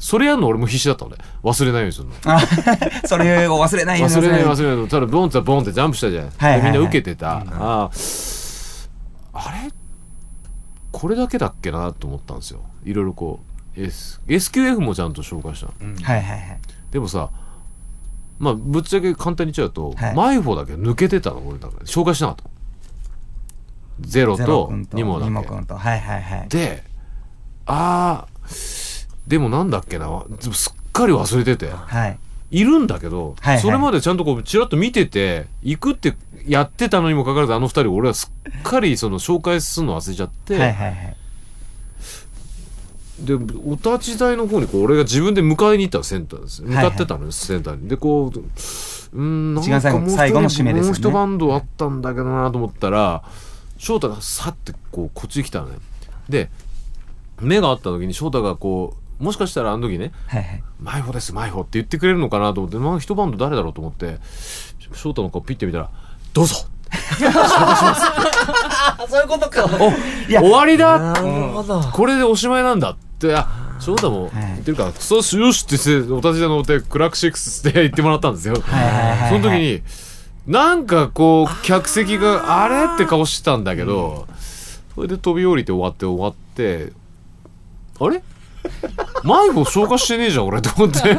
Speaker 5: それやるの俺も必死だったのね忘れないようにするの。
Speaker 1: あ <laughs> それを忘れないように
Speaker 5: 忘れない忘れないただボンってボンってジャンプしたじゃないですか、
Speaker 1: はいはいはい
Speaker 5: でみんな受けてた、あーあれこれだけだっけなと思ったんですよいろいろこう、S、SQF もちゃんと紹介したの
Speaker 1: はいはいはい
Speaker 5: でもさまあぶっちゃけ簡単に言っちゃうと、
Speaker 1: はい
Speaker 5: マイフォだけ抜けてたの俺だから紹介しなかったのゼロ
Speaker 1: ゼロ
Speaker 5: と
Speaker 1: 君と
Speaker 5: ニモだ
Speaker 1: ニモ
Speaker 5: け
Speaker 1: 君とはいはいはい
Speaker 5: であーでもなんだっけなでもすっかり忘れてて
Speaker 1: はい
Speaker 5: いるんだけど、
Speaker 1: はいはい
Speaker 5: それまでちゃんとこうちらっと見てて行くってやってたのにもかかわらずあの二人を俺はすっかりその紹介するの忘れちゃって、
Speaker 1: はいはいはい
Speaker 5: でお立ち台の方にこう俺が自分で迎えに行ったのセンターです向
Speaker 1: はい
Speaker 5: かってたのよ、センターにでこううーんなん
Speaker 1: 一番最
Speaker 5: か
Speaker 1: 後
Speaker 5: もう一
Speaker 1: 最後の締
Speaker 5: 人
Speaker 1: めですよね
Speaker 5: もう一バンドあったんだけどなと思ったら翔太がさってこうこっちに来たのねで目が合った時に翔太がこうもしかしたらあの時ね
Speaker 1: はいはい
Speaker 5: マイホですマイホって言ってくれるのかなと思って、まあ、一バンド誰だろうと思って翔太の顔ピッて見たら「どうぞ!
Speaker 3: あ、そういうことか。
Speaker 5: お」
Speaker 1: いや
Speaker 5: <laughs> 終わりだ
Speaker 3: ほど。
Speaker 5: これでおしまいなんだ」ってあ翔太も言ってるから「そうしよし」ってしてお立ちで乗ってクラックシックスって言ってもらったんですよ。
Speaker 1: はいはいはい
Speaker 5: その時になんかこう客席が「あれ?」って顔してたんだけど、それで飛び降りて終わって終わって「あれマイホ消化してねえじゃん俺」と思って。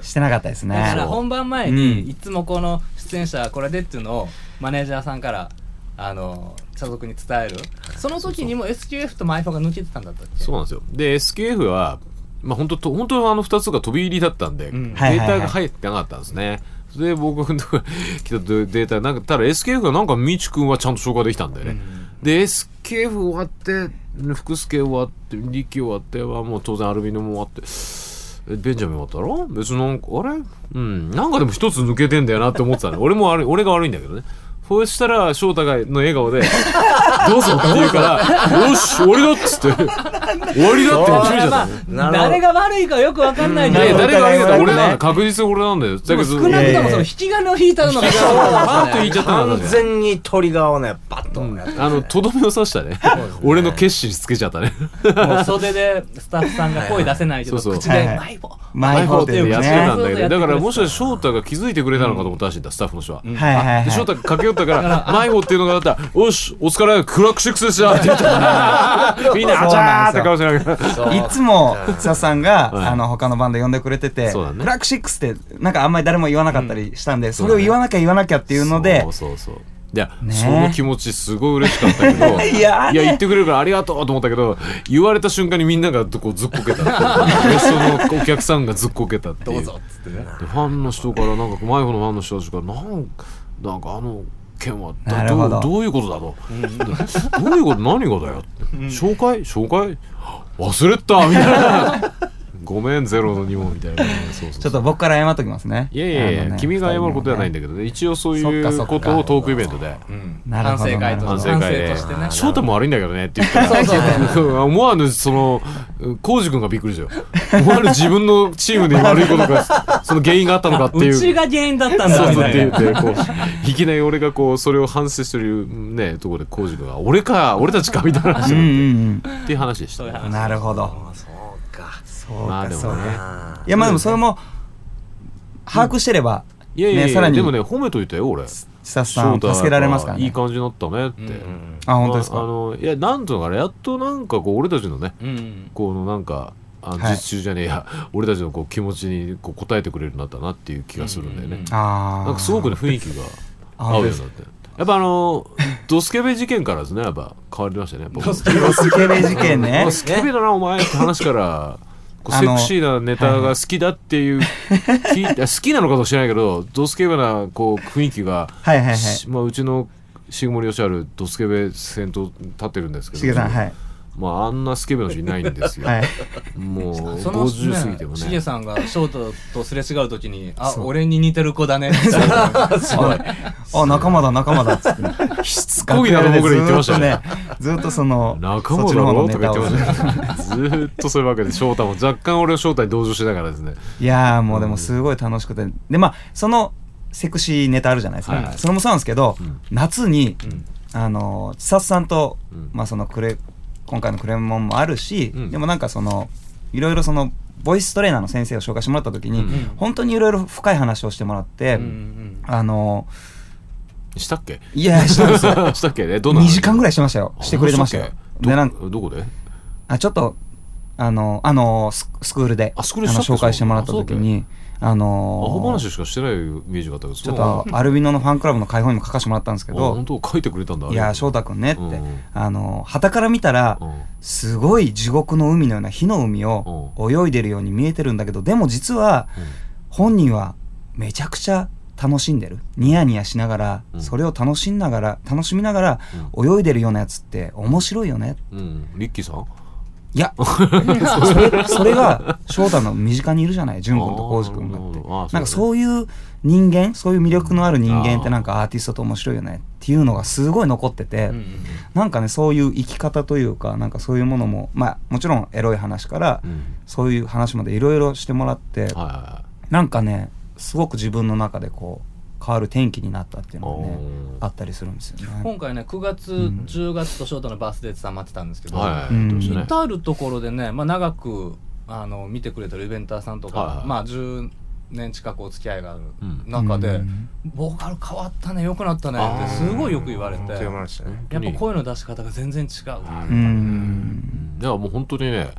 Speaker 1: してなかったです
Speaker 2: だから
Speaker 1: ね
Speaker 2: 本番前
Speaker 1: うん
Speaker 2: にいつもこの出演者はこれでっていうのをマネージャーさんからあの所属に伝えるその時にも SQF とマイファが抜けてたんだったっけ
Speaker 5: そうなんですよ。で、SKF は、まあ、本当と、本当にあの2つが飛び入りだったんで、
Speaker 2: ん
Speaker 5: デ
Speaker 1: はいはい
Speaker 5: ー
Speaker 1: はい
Speaker 5: タが入ってなかったんですね。それで、僕のとこ <laughs> 来たデータ、なんか、ただ SKF がなんか、みちくんはちゃんと紹介できたんだよね。で、SKF 終わって、福助終わって、リキ終わっては、もう当然アルビノも終わって、えベンジャミン終わったろ別になんか、あれうん、なんかでも一つ抜けてんだよなって思ってたの。俺も悪い、俺が悪いんだけどね。そうしたら、翔太がの笑顔で、 <laughs> どうぞって言うから、よし、終わりだっつって、終わりだって決めちゃったの。
Speaker 3: なるほど
Speaker 2: 誰が悪いかよくわかんないんだ
Speaker 5: で
Speaker 2: よ
Speaker 1: なる
Speaker 5: 誰が悪いんだ俺なん
Speaker 1: ね
Speaker 5: だ確実に俺なんだよ。だけ
Speaker 2: で
Speaker 5: ど
Speaker 2: も少なくともその引き金を引いたのが
Speaker 5: <laughs> パーンと言っちゃったの
Speaker 3: 完
Speaker 5: がね
Speaker 3: 全に鳥側をね、バッとやって
Speaker 5: あの、とどめを刺したね。俺の決心つけちゃったね。
Speaker 2: もう袖でスタッフさんが声出せないけど
Speaker 5: そうそう
Speaker 2: 口で
Speaker 1: はい
Speaker 2: 「マイボ
Speaker 1: マイホーテル
Speaker 5: や
Speaker 1: で
Speaker 5: っ
Speaker 1: す
Speaker 5: て
Speaker 1: ね
Speaker 5: た
Speaker 1: は
Speaker 5: んだけ
Speaker 2: そうそうやって
Speaker 5: ど、だ
Speaker 2: ました
Speaker 5: からもしかしたら翔太が気づいてくれたのかと思ったらしいんだ、スタッフの人は。
Speaker 1: いはいは
Speaker 5: で、翔
Speaker 1: い
Speaker 5: 太が駆け寄ったから、迷子っていうのがあったら、おし、お疲れ、クラックシックスでしたって言ったから、みんな、あちゃーって顔しながら。
Speaker 1: いつも津田さんがあの他のバンド呼んでくれてて「
Speaker 5: そうだね
Speaker 1: ブラックシックスってなんかあんまり誰も言わなかったりしたんでそれを言わなきゃ言わなきゃっていうので
Speaker 5: そうそうそう。いや、
Speaker 1: ね
Speaker 5: その気持ちすごい嬉しかったけ
Speaker 1: <laughs>
Speaker 5: ど、
Speaker 1: いやあれ
Speaker 5: 言ってくれるからありがとうと思ったけど、言われた瞬間にみんながこうずっこけたっていう。そのお客さんがずっこけたっていう。
Speaker 2: どうぞ」っつってね
Speaker 5: でファンの人からなんか迷子のファンの人たちからなんかなんかあの件はだ
Speaker 1: なるほど
Speaker 5: うどういうことだと、どういうこと何がだよって、紹介紹介忘れてたみたいなごめんゼロの2問みたいなそうそうそう
Speaker 1: ちょっと僕から謝っときますね
Speaker 5: いやいやい
Speaker 1: あ
Speaker 5: や、
Speaker 1: のね
Speaker 5: 君が謝ることではないん
Speaker 1: 二人
Speaker 5: だけどね一応そう
Speaker 1: そ
Speaker 5: い
Speaker 1: っかそっ
Speaker 5: う
Speaker 1: か
Speaker 5: ことをトークイベントで
Speaker 1: にねなる
Speaker 2: 反
Speaker 1: ほど
Speaker 2: 省会と
Speaker 1: なる
Speaker 5: 反
Speaker 1: ほ
Speaker 5: 省
Speaker 1: ど
Speaker 5: 会で
Speaker 2: 反省としてね
Speaker 5: 翔太も悪いんだけどねって言ったら思わぬその浩二君がびっくりしたよ思わぬ自分のチームで悪いことがその原因があったのかっていう
Speaker 2: うちが原因だったん
Speaker 5: そ
Speaker 2: だ
Speaker 5: う
Speaker 2: み
Speaker 5: そう
Speaker 2: た
Speaker 5: っ
Speaker 2: い
Speaker 5: て
Speaker 2: な
Speaker 5: 言ってこういきなり俺がこうそれを反省してるねところで浩二君が「俺か俺たちか」みたいな話
Speaker 1: う
Speaker 5: に
Speaker 1: ん
Speaker 5: なって
Speaker 1: うん
Speaker 5: っていう話でし
Speaker 2: そ
Speaker 5: た
Speaker 2: ういう
Speaker 5: ね
Speaker 1: う
Speaker 2: 話
Speaker 1: んなるほど
Speaker 3: そうか。
Speaker 1: そう
Speaker 5: まあ
Speaker 1: か
Speaker 5: で
Speaker 1: そ
Speaker 5: も
Speaker 1: う
Speaker 5: ね
Speaker 1: か
Speaker 3: あ
Speaker 1: いやまあでもそれも把握してれば
Speaker 5: いやいや
Speaker 1: ね
Speaker 5: い
Speaker 1: さ
Speaker 5: や
Speaker 1: らに
Speaker 5: でもね褒めといたよ俺
Speaker 1: 津田さ
Speaker 5: 翔
Speaker 1: ん
Speaker 5: 太
Speaker 1: 助
Speaker 5: が
Speaker 1: けられますから
Speaker 5: いい
Speaker 1: ね
Speaker 5: 感じになったねって
Speaker 3: ーうん
Speaker 1: あ本当です
Speaker 5: あ
Speaker 1: か
Speaker 5: のいやなんとかねやっとなんかこう俺たちのね
Speaker 2: うん
Speaker 5: このなんかあの
Speaker 1: はい
Speaker 5: 実習じゃねえや <laughs> 俺たちのこう気持ちにこう応えてくれるようになったなっていう気がするんだよね
Speaker 1: あ
Speaker 5: なんかすごくね雰囲気が
Speaker 1: あ
Speaker 5: 合
Speaker 1: 本当
Speaker 5: うよ
Speaker 1: で
Speaker 5: うに
Speaker 1: す
Speaker 5: なってやっぱあのドスケベ事件からですねやっぱ変わりましたねやっぱ <laughs>
Speaker 1: ロスケベ事件ね <laughs>
Speaker 5: あスケベだなお前って話からこうセクシーなネタが好きだっていう、聞いた好きなのかどうか知らないけどドスケベなこう雰囲気が、
Speaker 1: はいはいはい
Speaker 5: しまあ、うちの重森義治ドスケベ先頭立ってるんですけど
Speaker 1: しげさんはい
Speaker 5: まあ、あんなスケベな人いないんですよ、
Speaker 1: はい
Speaker 5: もう
Speaker 2: その
Speaker 5: 50過ぎて
Speaker 2: ね
Speaker 5: も
Speaker 2: し
Speaker 5: ね
Speaker 2: げさんがショートとすれ違う時に「あ俺に似てる子だね」 <laughs> そう
Speaker 1: あ仲間だ仲間だっつって
Speaker 5: <laughs> しつこいなと僕ら言ってましたね
Speaker 1: ずっとねずっとその
Speaker 5: 仲
Speaker 1: そっ
Speaker 5: 間
Speaker 1: ち
Speaker 5: だ
Speaker 1: の方の
Speaker 5: ろ
Speaker 1: ネ
Speaker 5: とか言
Speaker 1: タ
Speaker 5: っ
Speaker 1: を
Speaker 5: てましたねずーっとそればっかりで翔太も若干俺の翔太に同情しながらですね
Speaker 1: いやーもうでもすごい楽しくてでまあそのセクシーネタあるじゃないですか、
Speaker 5: はい
Speaker 1: それもそうなんですけど、
Speaker 5: うん
Speaker 1: 夏に、
Speaker 5: うん
Speaker 1: あの千里さんと、
Speaker 5: うん
Speaker 1: まあ、そのクレ今回のクレモンもあるし、
Speaker 5: うん
Speaker 1: でもなんかそのいろいろそのボイストレーナーの先生を紹介してもらった時に、
Speaker 5: うん
Speaker 1: 本当にいろいろ深い話をしてもらって、あの
Speaker 5: したっけ
Speaker 1: いやしたんですよ
Speaker 5: <laughs> したっけねどんな
Speaker 1: 2時間ぐらいしてましたよしてくれてましたよ
Speaker 5: あど
Speaker 1: でなん
Speaker 5: どこで
Speaker 1: あちょっとあのあのススクールで
Speaker 5: あスクール
Speaker 1: あ
Speaker 5: でした
Speaker 1: の
Speaker 5: っ
Speaker 1: 紹
Speaker 5: け
Speaker 1: 介してもらった時にあ
Speaker 5: ア
Speaker 1: のー
Speaker 5: ホ話しかしてないイメージがあったけど
Speaker 1: ちょっとアルビノのファンクラブの開放にも書かせてもらったんですけ
Speaker 5: あ
Speaker 1: ど
Speaker 5: 本当書いてくれたんだ
Speaker 1: いやー翔太君ねって、
Speaker 5: うん
Speaker 1: あのはたから見たら
Speaker 5: うん
Speaker 1: すごい地獄の海のような火の海を泳いでるように見えてるんだけどでも実は本人はめちゃくちゃ楽しんでるニヤニヤしながら
Speaker 5: うん
Speaker 1: それを楽しんながら楽しみながら泳いでるようなやつって面白いよね
Speaker 5: うんうんリッキーさん
Speaker 1: いやそれ <laughs> それが翔太の身近にいるじゃない純君と浩司君がって
Speaker 5: あーなるほどあーそうだね
Speaker 1: なんかそういう人間そういう魅力のある人間ってなんかアーティストと面白いよねっていうのがすごい残ってて、なんかねそういう生き方というかなんかそういうものもまあもちろんエロい話から、
Speaker 5: うん
Speaker 1: そういう話までいろいろしてもらって、
Speaker 5: はいはいはい
Speaker 1: なんかねすごく自分の中でこう変わる転機になったっていうのがね
Speaker 5: お
Speaker 1: あ
Speaker 5: ー
Speaker 1: ったりするんですよね。
Speaker 2: 今回ね9月
Speaker 1: ん
Speaker 2: 10月とショートのバースデーって待ってたんですけど
Speaker 5: はいはい
Speaker 1: うん
Speaker 5: どうしようね
Speaker 2: 至る所でね、まあ、長くあの見てくれてるイベンターさんとか、
Speaker 5: はいはい
Speaker 2: まあ、10年近くお付き合いがある
Speaker 5: うん
Speaker 2: 中で、
Speaker 1: うん
Speaker 2: ボーカル変わったね良くなったねってすごいよく言われて
Speaker 3: そういう
Speaker 2: や
Speaker 3: 話だね
Speaker 2: っぱ声の出し方が全然違う、
Speaker 1: う
Speaker 5: うんんいやもう本当にね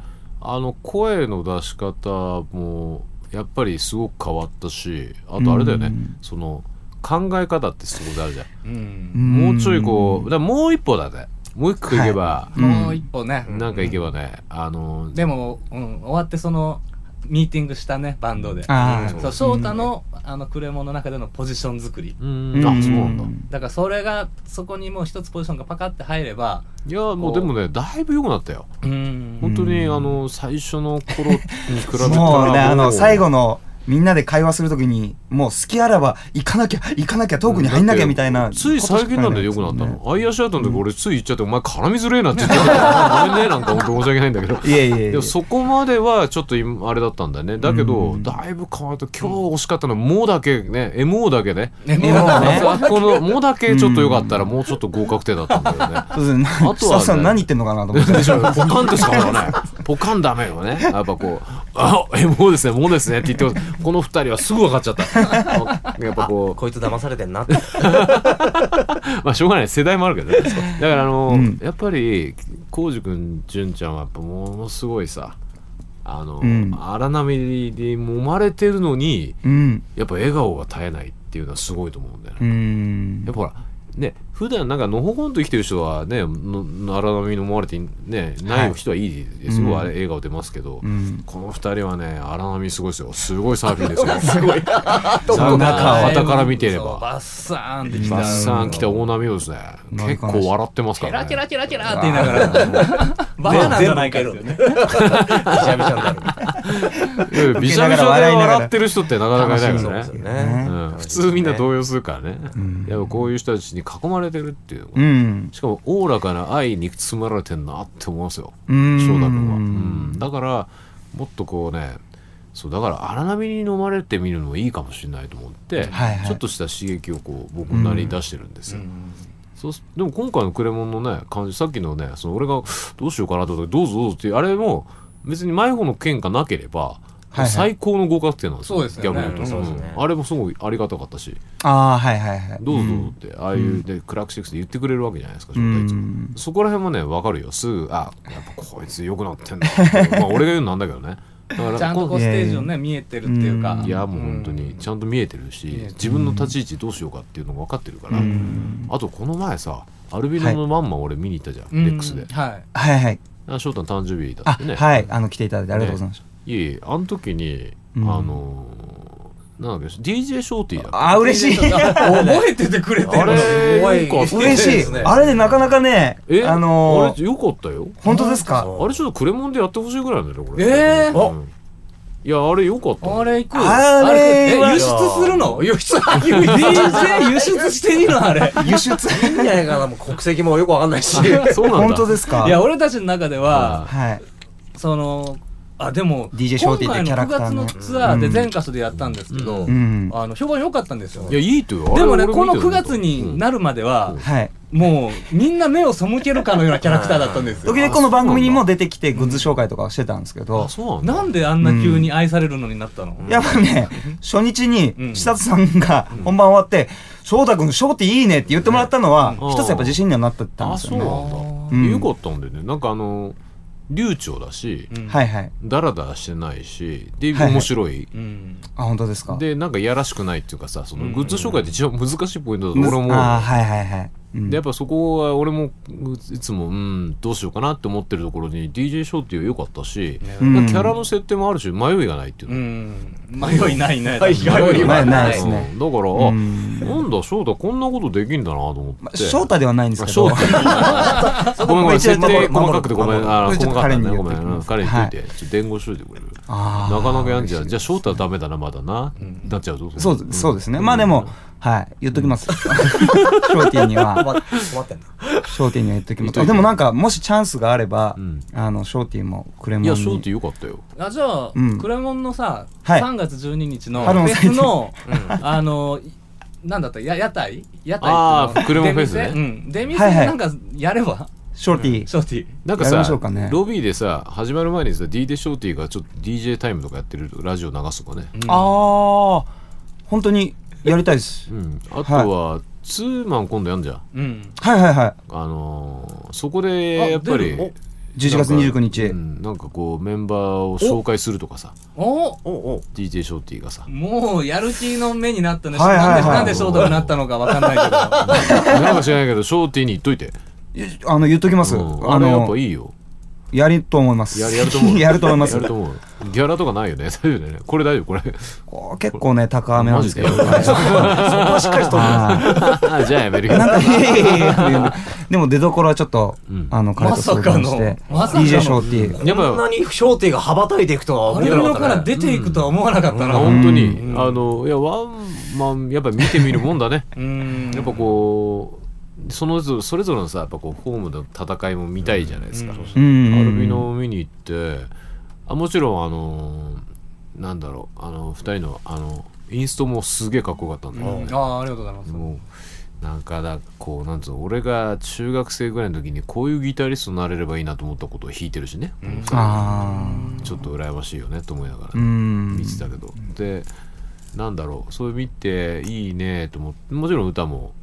Speaker 5: あの声の出し方もやっぱりすごく変わったしあとあれだよね、
Speaker 1: うん
Speaker 5: その考え方ってそこであるじゃん、
Speaker 2: うん
Speaker 5: もうちょいこうだからもう一歩だねもう一個いけば、
Speaker 1: うん
Speaker 2: もう一歩ね、
Speaker 5: なんかいけばね、あの
Speaker 2: でも、うん、終わってそのミーティングしたねバンドで
Speaker 1: あー
Speaker 2: そう翔太の,、あのクレモンの中でのポジション作り
Speaker 5: うん
Speaker 1: うん
Speaker 5: あそうなんだ
Speaker 2: だからそれがそこにもう一つポジションがパカって入れば
Speaker 5: いやもうでもねだいぶ良くなったよ
Speaker 2: うん
Speaker 5: 本当にあの最初の頃に比べたら
Speaker 1: もうねあ
Speaker 5: も
Speaker 1: の
Speaker 5: う
Speaker 1: 最後のみんなで会話するときにもう好きあらば行かなきゃ行かなきゃトークに入んなきゃみたいな
Speaker 5: つい最近なんでよくなったの。アイアシャートの時俺つい行っちゃって、お前絡みづれえなって言って
Speaker 1: <laughs>
Speaker 5: た。ごめんね、なんか本当申し訳ないんだけど。
Speaker 1: いやいやいや
Speaker 5: でもそこまではちょっと今あれだったんだよね。だけど、
Speaker 1: うん
Speaker 5: だいぶ変わった。今日惜しかったのは、もうだけね、MO だけね。
Speaker 2: ね
Speaker 1: もうね
Speaker 5: あこの、もうだけちょっと良かったら、もうちょっと合格点だったんだよね。
Speaker 1: そうですね
Speaker 5: とはね
Speaker 1: スタッフさん何言ってんのかなと思って
Speaker 5: でしょポカンとしたからね。 <laughs> ポカンダメよね。やっぱこう、 <laughs> あ、え、もうですね、もうですねって言ってます、この二人はすぐ分かっちゃ <laughs> った。やっぱこう、
Speaker 3: こいつ騙されてんなって
Speaker 5: まあしょうがない世代もあるけどねだ <laughs> からあの、
Speaker 1: うん
Speaker 5: やっぱり浩司君純ちゃんはやっぱものすごいさあの、
Speaker 1: うん
Speaker 5: 荒波に揉まれてるのに
Speaker 1: うん
Speaker 5: やっぱ笑顔が絶えないっていうのはすごいと思うんだよね、
Speaker 1: うん
Speaker 5: やっぱほらね普段なんかのほほんと生きてる人はねの荒波に揉まれてねない人はいいですごいあれ笑顔出ますけど、
Speaker 1: うん
Speaker 5: この二人はね荒波すごいですよすごいサーフィンですよすごい
Speaker 1: サウナ
Speaker 5: 中
Speaker 1: か
Speaker 5: はたから見ていれば
Speaker 2: そうバッサーンって来た
Speaker 5: バッサン来た大波をですね
Speaker 1: 乗り
Speaker 5: 結
Speaker 1: こなして
Speaker 5: 構笑ってますか
Speaker 2: ケ
Speaker 5: ら
Speaker 2: ラ
Speaker 5: ね
Speaker 2: ケラケラケラって言いながらバカなんじゃないかっていうね
Speaker 5: いやいやびしゃびしゃで笑ってる人ってなかなかいないから
Speaker 3: そう
Speaker 5: ね
Speaker 3: ですよ。ね
Speaker 5: うん、普通みんな動揺するからね、
Speaker 1: ん
Speaker 5: やっぱこういう人たちに囲まれてるっていうのが、
Speaker 1: うん
Speaker 5: しかもおおらかな愛に包まれてんなって思いますよ
Speaker 1: うん
Speaker 5: 翔太君は、うん、だからもっとこうねそうだから荒波に飲まれてみるのもいいかもしれないと思って、
Speaker 1: はいはい
Speaker 5: ちょっとした刺激をこう僕なりに出してるんですよ、そうすでも今回の「クレモン」のね感じさっきのねその俺がどうしようかなと思った時どうぞどうぞ」ってあれも別に迷子の件がなければ、
Speaker 1: はい
Speaker 5: 最高の合格点なんですよ
Speaker 2: そうですよね
Speaker 5: 逆に言うと、
Speaker 3: うんそうですね
Speaker 5: あれもすごいありがたかったし
Speaker 1: ああはいはいはい
Speaker 5: 「どうぞどうぞ」って、ああいうでクラックシックスで言ってくれるわけじゃないですか、
Speaker 1: う
Speaker 5: 正体いつも
Speaker 1: ん
Speaker 5: そこら辺もね分かるよすぐ「あやっぱこいつ良くなってんだ」 <laughs> まあ俺が言うのなんだけどねだから
Speaker 2: ちゃんとこうステージをね見えてるっていうか
Speaker 1: うん
Speaker 5: いやもう本当にちゃんと見えてるし、
Speaker 2: 見えてる
Speaker 5: 自分の立ち位置どうしようかっていうのが分かってるから、
Speaker 1: うん
Speaker 5: あとこの前さアルビノのまんま俺見に行ったじゃん、
Speaker 2: うん
Speaker 5: レックスで
Speaker 2: はい
Speaker 1: はいはい
Speaker 5: あ翔太の誕生日だ
Speaker 1: あ
Speaker 5: ってね
Speaker 1: はいあの来ていただいてありがとうございました
Speaker 5: いえいえあの時に、
Speaker 1: うん
Speaker 5: あのなんだっけ DJ ショーティーだっけ
Speaker 1: あ嬉しい
Speaker 2: <laughs>
Speaker 3: 覚えててくれてる
Speaker 5: あれよかった
Speaker 1: 嬉しいあれでなかなかね
Speaker 5: え
Speaker 1: あの
Speaker 5: あれよかったよ
Speaker 1: 本当ですか
Speaker 5: あれちょっとクレモンでやってほしいぐらいなんだよねこれ
Speaker 2: えー
Speaker 5: うんいやあれよかった
Speaker 2: あれ行く
Speaker 1: あれ
Speaker 2: え輸出するの
Speaker 3: 輸出
Speaker 2: <laughs> DJ 輸出していいのあれ
Speaker 1: 輸出
Speaker 3: いいんじゃないかなもう国籍もよくわかんないし
Speaker 5: <laughs> そうなんだ
Speaker 1: 本当ですか
Speaker 2: いや俺たちの中では
Speaker 1: はい
Speaker 2: そのあでも
Speaker 1: DJ ショーティーってキャラ
Speaker 2: 今
Speaker 1: クター
Speaker 2: 回
Speaker 1: ね
Speaker 2: の9月のツアーで
Speaker 1: うん
Speaker 2: 全カ所でやったんですけど、
Speaker 1: うん
Speaker 2: あの評判良かったんですよ
Speaker 5: いやいいとよあれ
Speaker 2: でもね
Speaker 5: 俺
Speaker 2: こ
Speaker 5: 見
Speaker 2: の
Speaker 5: てる
Speaker 2: 9月になるまでは、
Speaker 1: はい
Speaker 2: もうみんな目を背けるかのようなキャラクターだったんですよ
Speaker 1: 時々この番組にも出てきてグッズ紹介とかはしてたんですけど
Speaker 5: あそうなんだ
Speaker 2: なんであんな急に愛されるのになったの、
Speaker 1: やっぱね初日に
Speaker 2: うん
Speaker 1: 千里さんが本番終わって「翔太君ショーティーいいね」って言ってもらったのは
Speaker 5: うん
Speaker 1: 一つやっぱ自信にはなってたん
Speaker 5: あ
Speaker 1: です
Speaker 5: そう
Speaker 1: よね
Speaker 5: なん
Speaker 1: う
Speaker 5: だ、
Speaker 1: ん
Speaker 5: よかったんだよねなんかあの流暢だし、
Speaker 2: うん
Speaker 1: はいはい
Speaker 5: ダラダラしてないしで
Speaker 1: はいはい
Speaker 5: 面白い、
Speaker 2: うん
Speaker 1: あ本当ですか
Speaker 5: でなんかやらしくないっていうかさその
Speaker 2: うん
Speaker 5: グッズ紹介って一番難しいポイントだと
Speaker 1: む
Speaker 5: 俺も、う
Speaker 1: あーはいはいはいうん
Speaker 5: でやっぱそこは俺もういつもうんどうしようかなって思ってるところに DJ ショーっていう良かったし、
Speaker 1: うん
Speaker 5: キャラの設定もあるし迷いがないっていう
Speaker 2: う
Speaker 5: の、
Speaker 2: ん迷いな
Speaker 1: <laughs>
Speaker 2: いね
Speaker 3: 迷いない
Speaker 5: 迷
Speaker 1: ないないですね
Speaker 5: うんだから、
Speaker 1: うん
Speaker 5: あなんだ翔太こんなことできんだなと思って、
Speaker 1: まあ翔太ではないんですけど
Speaker 5: 翔
Speaker 1: <laughs>
Speaker 5: 太ごめんごめん設定細かくてごめんあ
Speaker 1: こ
Speaker 5: の
Speaker 1: れちょっ
Speaker 5: 細
Speaker 1: と
Speaker 5: かった
Speaker 1: 彼に
Speaker 5: ね
Speaker 1: 言
Speaker 5: ご
Speaker 1: っ
Speaker 5: め
Speaker 1: てき
Speaker 5: んうん
Speaker 1: ます
Speaker 5: 彼に
Speaker 1: は
Speaker 5: 言
Speaker 1: い
Speaker 5: っといてちょっと伝言しといてくれる
Speaker 1: あー
Speaker 5: なかなかやんじゃんじゃあ翔太はダメだなまだななっちゃうぞ
Speaker 1: そうですそうですねまあでもはい言っときます <laughs> ショーティーには
Speaker 5: <laughs>
Speaker 3: 困っ困ってんだ
Speaker 1: ショーティーには言っときま
Speaker 5: 言
Speaker 1: す
Speaker 5: っとい
Speaker 1: あ
Speaker 5: て
Speaker 1: でもなんかもしチャンスがあれば
Speaker 5: うん
Speaker 1: あのショーティーもクレモンに
Speaker 5: いや翔太よかったよ
Speaker 2: あじゃあ、
Speaker 1: うん
Speaker 2: クレモンのさ、
Speaker 1: はい
Speaker 2: 3月12日の
Speaker 1: 春
Speaker 2: フ
Speaker 1: の
Speaker 2: ェ
Speaker 1: 祭
Speaker 2: ス
Speaker 1: 典
Speaker 2: の、あのいなんだったや屋台屋台っていうの
Speaker 5: あークレモンフェスね
Speaker 2: 出店うん出店
Speaker 1: はいはい
Speaker 2: なんかやれば、
Speaker 1: ショーティー
Speaker 2: ショーティー
Speaker 5: なんか
Speaker 1: やり
Speaker 5: さ
Speaker 1: ましょうかね
Speaker 5: ロビーでさ始まる前にさ DJ ショーティがちょっと DJ タイムとかやってるラジオ流すとかね
Speaker 1: ああ本当にやりたいです
Speaker 5: うんあとはツーマン今度やんじゃん
Speaker 2: うん
Speaker 1: はいはいはい
Speaker 5: あのーそこでやっぱり
Speaker 2: あ出る
Speaker 1: 11月29日
Speaker 5: うんなんかこうメンバーを紹介するとかさ
Speaker 2: お
Speaker 5: DJ ショーティがさ
Speaker 2: もうやる気の目になったね、
Speaker 1: はいはいはい
Speaker 2: なんでなんでショートになったのかわかんないけど
Speaker 5: なんか知らないけどショーティーに言っといて
Speaker 1: あの言っときます。
Speaker 5: うん
Speaker 1: あ
Speaker 5: あれやっ
Speaker 1: の
Speaker 5: ぱいいよ
Speaker 1: やりと思います。
Speaker 5: やるやると思
Speaker 1: <laughs>
Speaker 5: う
Speaker 1: やると思います
Speaker 5: やる。と思うギャラとかないよね <laughs> 大丈夫だよねこれ大丈夫こ
Speaker 1: <laughs>
Speaker 5: れ
Speaker 1: こう結構ね高めなんですけど。
Speaker 5: マジで
Speaker 1: はい
Speaker 5: そこはしっかりしとる
Speaker 1: は
Speaker 5: あじゃあやめるけ
Speaker 1: い
Speaker 5: ど
Speaker 1: なんかいやいやいやいやでも出所はちょっと
Speaker 5: うん
Speaker 1: あの彼と相談して
Speaker 2: まさかの
Speaker 1: DJ ショーティー。
Speaker 5: やっ
Speaker 3: こんな
Speaker 5: ぱ
Speaker 3: に焦点が羽ばたいていくとは
Speaker 2: ア
Speaker 3: 思
Speaker 2: ル
Speaker 3: え
Speaker 2: ミ
Speaker 3: な
Speaker 2: ノ
Speaker 3: か
Speaker 2: か
Speaker 3: った
Speaker 2: ら
Speaker 3: ね
Speaker 2: 出ていくとは思わなかったな、うん
Speaker 5: 本当にあのいやワンマンやっぱ見てみるもんだねやっぱこうそのぞそれぞれのさやっぱこうホームの戦いも見たいじゃないですか、
Speaker 1: う
Speaker 5: アルビ
Speaker 1: ん。
Speaker 5: ノを見に行ってあもちろんあのーなんだろうあの2人のあのインストもすげえかっこよかったんだよね、
Speaker 2: ああありがとうございます
Speaker 5: もうなんかだこうなんつうの俺が中学生ぐらいの時にこういうギタリストになれればいいなと思ったことを弾いてるしね、
Speaker 1: あ
Speaker 5: ちょっと羨ましいよねと思いながら
Speaker 1: あ。うん
Speaker 5: 見。てたけど、でなんだろうそれ見ていいねと思ってもちろん歌も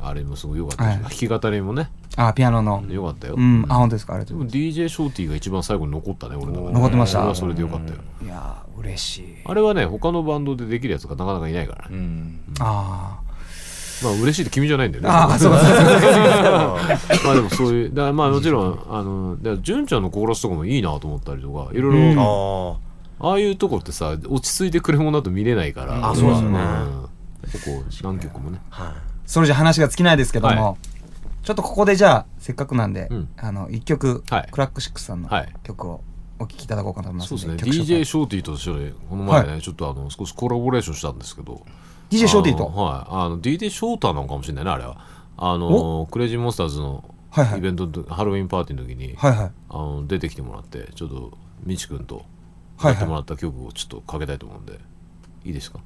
Speaker 5: あれもすごい良かったし、
Speaker 1: は
Speaker 5: 弾き語りもね
Speaker 1: あピアノの。
Speaker 5: 良かったよ、
Speaker 1: うん。あ本当ですかありがと
Speaker 5: で
Speaker 1: う
Speaker 5: も
Speaker 1: ござい
Speaker 5: DJ ショーティーが一番最後に残ったね俺の中で
Speaker 1: 残ってました
Speaker 5: それはそれで良かったよ、
Speaker 1: ます。いやー嬉しい。
Speaker 5: あれはね他のバンドでできるやつがなかなかいないからね、
Speaker 1: あ
Speaker 5: まあ嬉しいって君じゃないんだよ
Speaker 1: あ。あ
Speaker 5: ね
Speaker 1: あそうかそうか。
Speaker 5: <laughs> まあでもそういうだからまあもちろんあのだから純ちゃんのコーラスとかもいいなと思ったりとかいろ
Speaker 1: う
Speaker 5: い
Speaker 1: ん
Speaker 5: ろ
Speaker 3: あ
Speaker 5: ああいうとこってさ落ち着いてくれもんだと見れないから
Speaker 3: あそうですね
Speaker 5: んやっぱこう何曲もね
Speaker 3: あはい
Speaker 1: それじゃ話が尽きないですけども、
Speaker 5: は
Speaker 1: ちょっとここでじゃあせっかくなんで、
Speaker 5: うん
Speaker 1: あの一曲、
Speaker 5: はい
Speaker 1: クラックシックスさんの
Speaker 5: はい
Speaker 1: 曲をお聴きいただこうかなと思いま
Speaker 5: そ
Speaker 1: す
Speaker 5: うですね
Speaker 1: 一曲紹介
Speaker 5: DJ ショーティーとしてねこの前ね、
Speaker 1: は
Speaker 5: ちょっとあの少しコラボレーションしたんですけど
Speaker 1: DJ ショーティー
Speaker 5: あ
Speaker 1: と
Speaker 5: のはいあの DJ ショーターなのかもしれないねあれはあのクレイジーモンスターズの
Speaker 1: はいはい
Speaker 5: イベントの時、ハロウィンパーティーの時に、
Speaker 1: はいはい
Speaker 5: あの出てきてもらってちょっとみちくんと
Speaker 1: は
Speaker 5: や
Speaker 1: い
Speaker 5: っても
Speaker 1: はい
Speaker 5: らった曲をちょっとかけたいと思うんで、い、いですか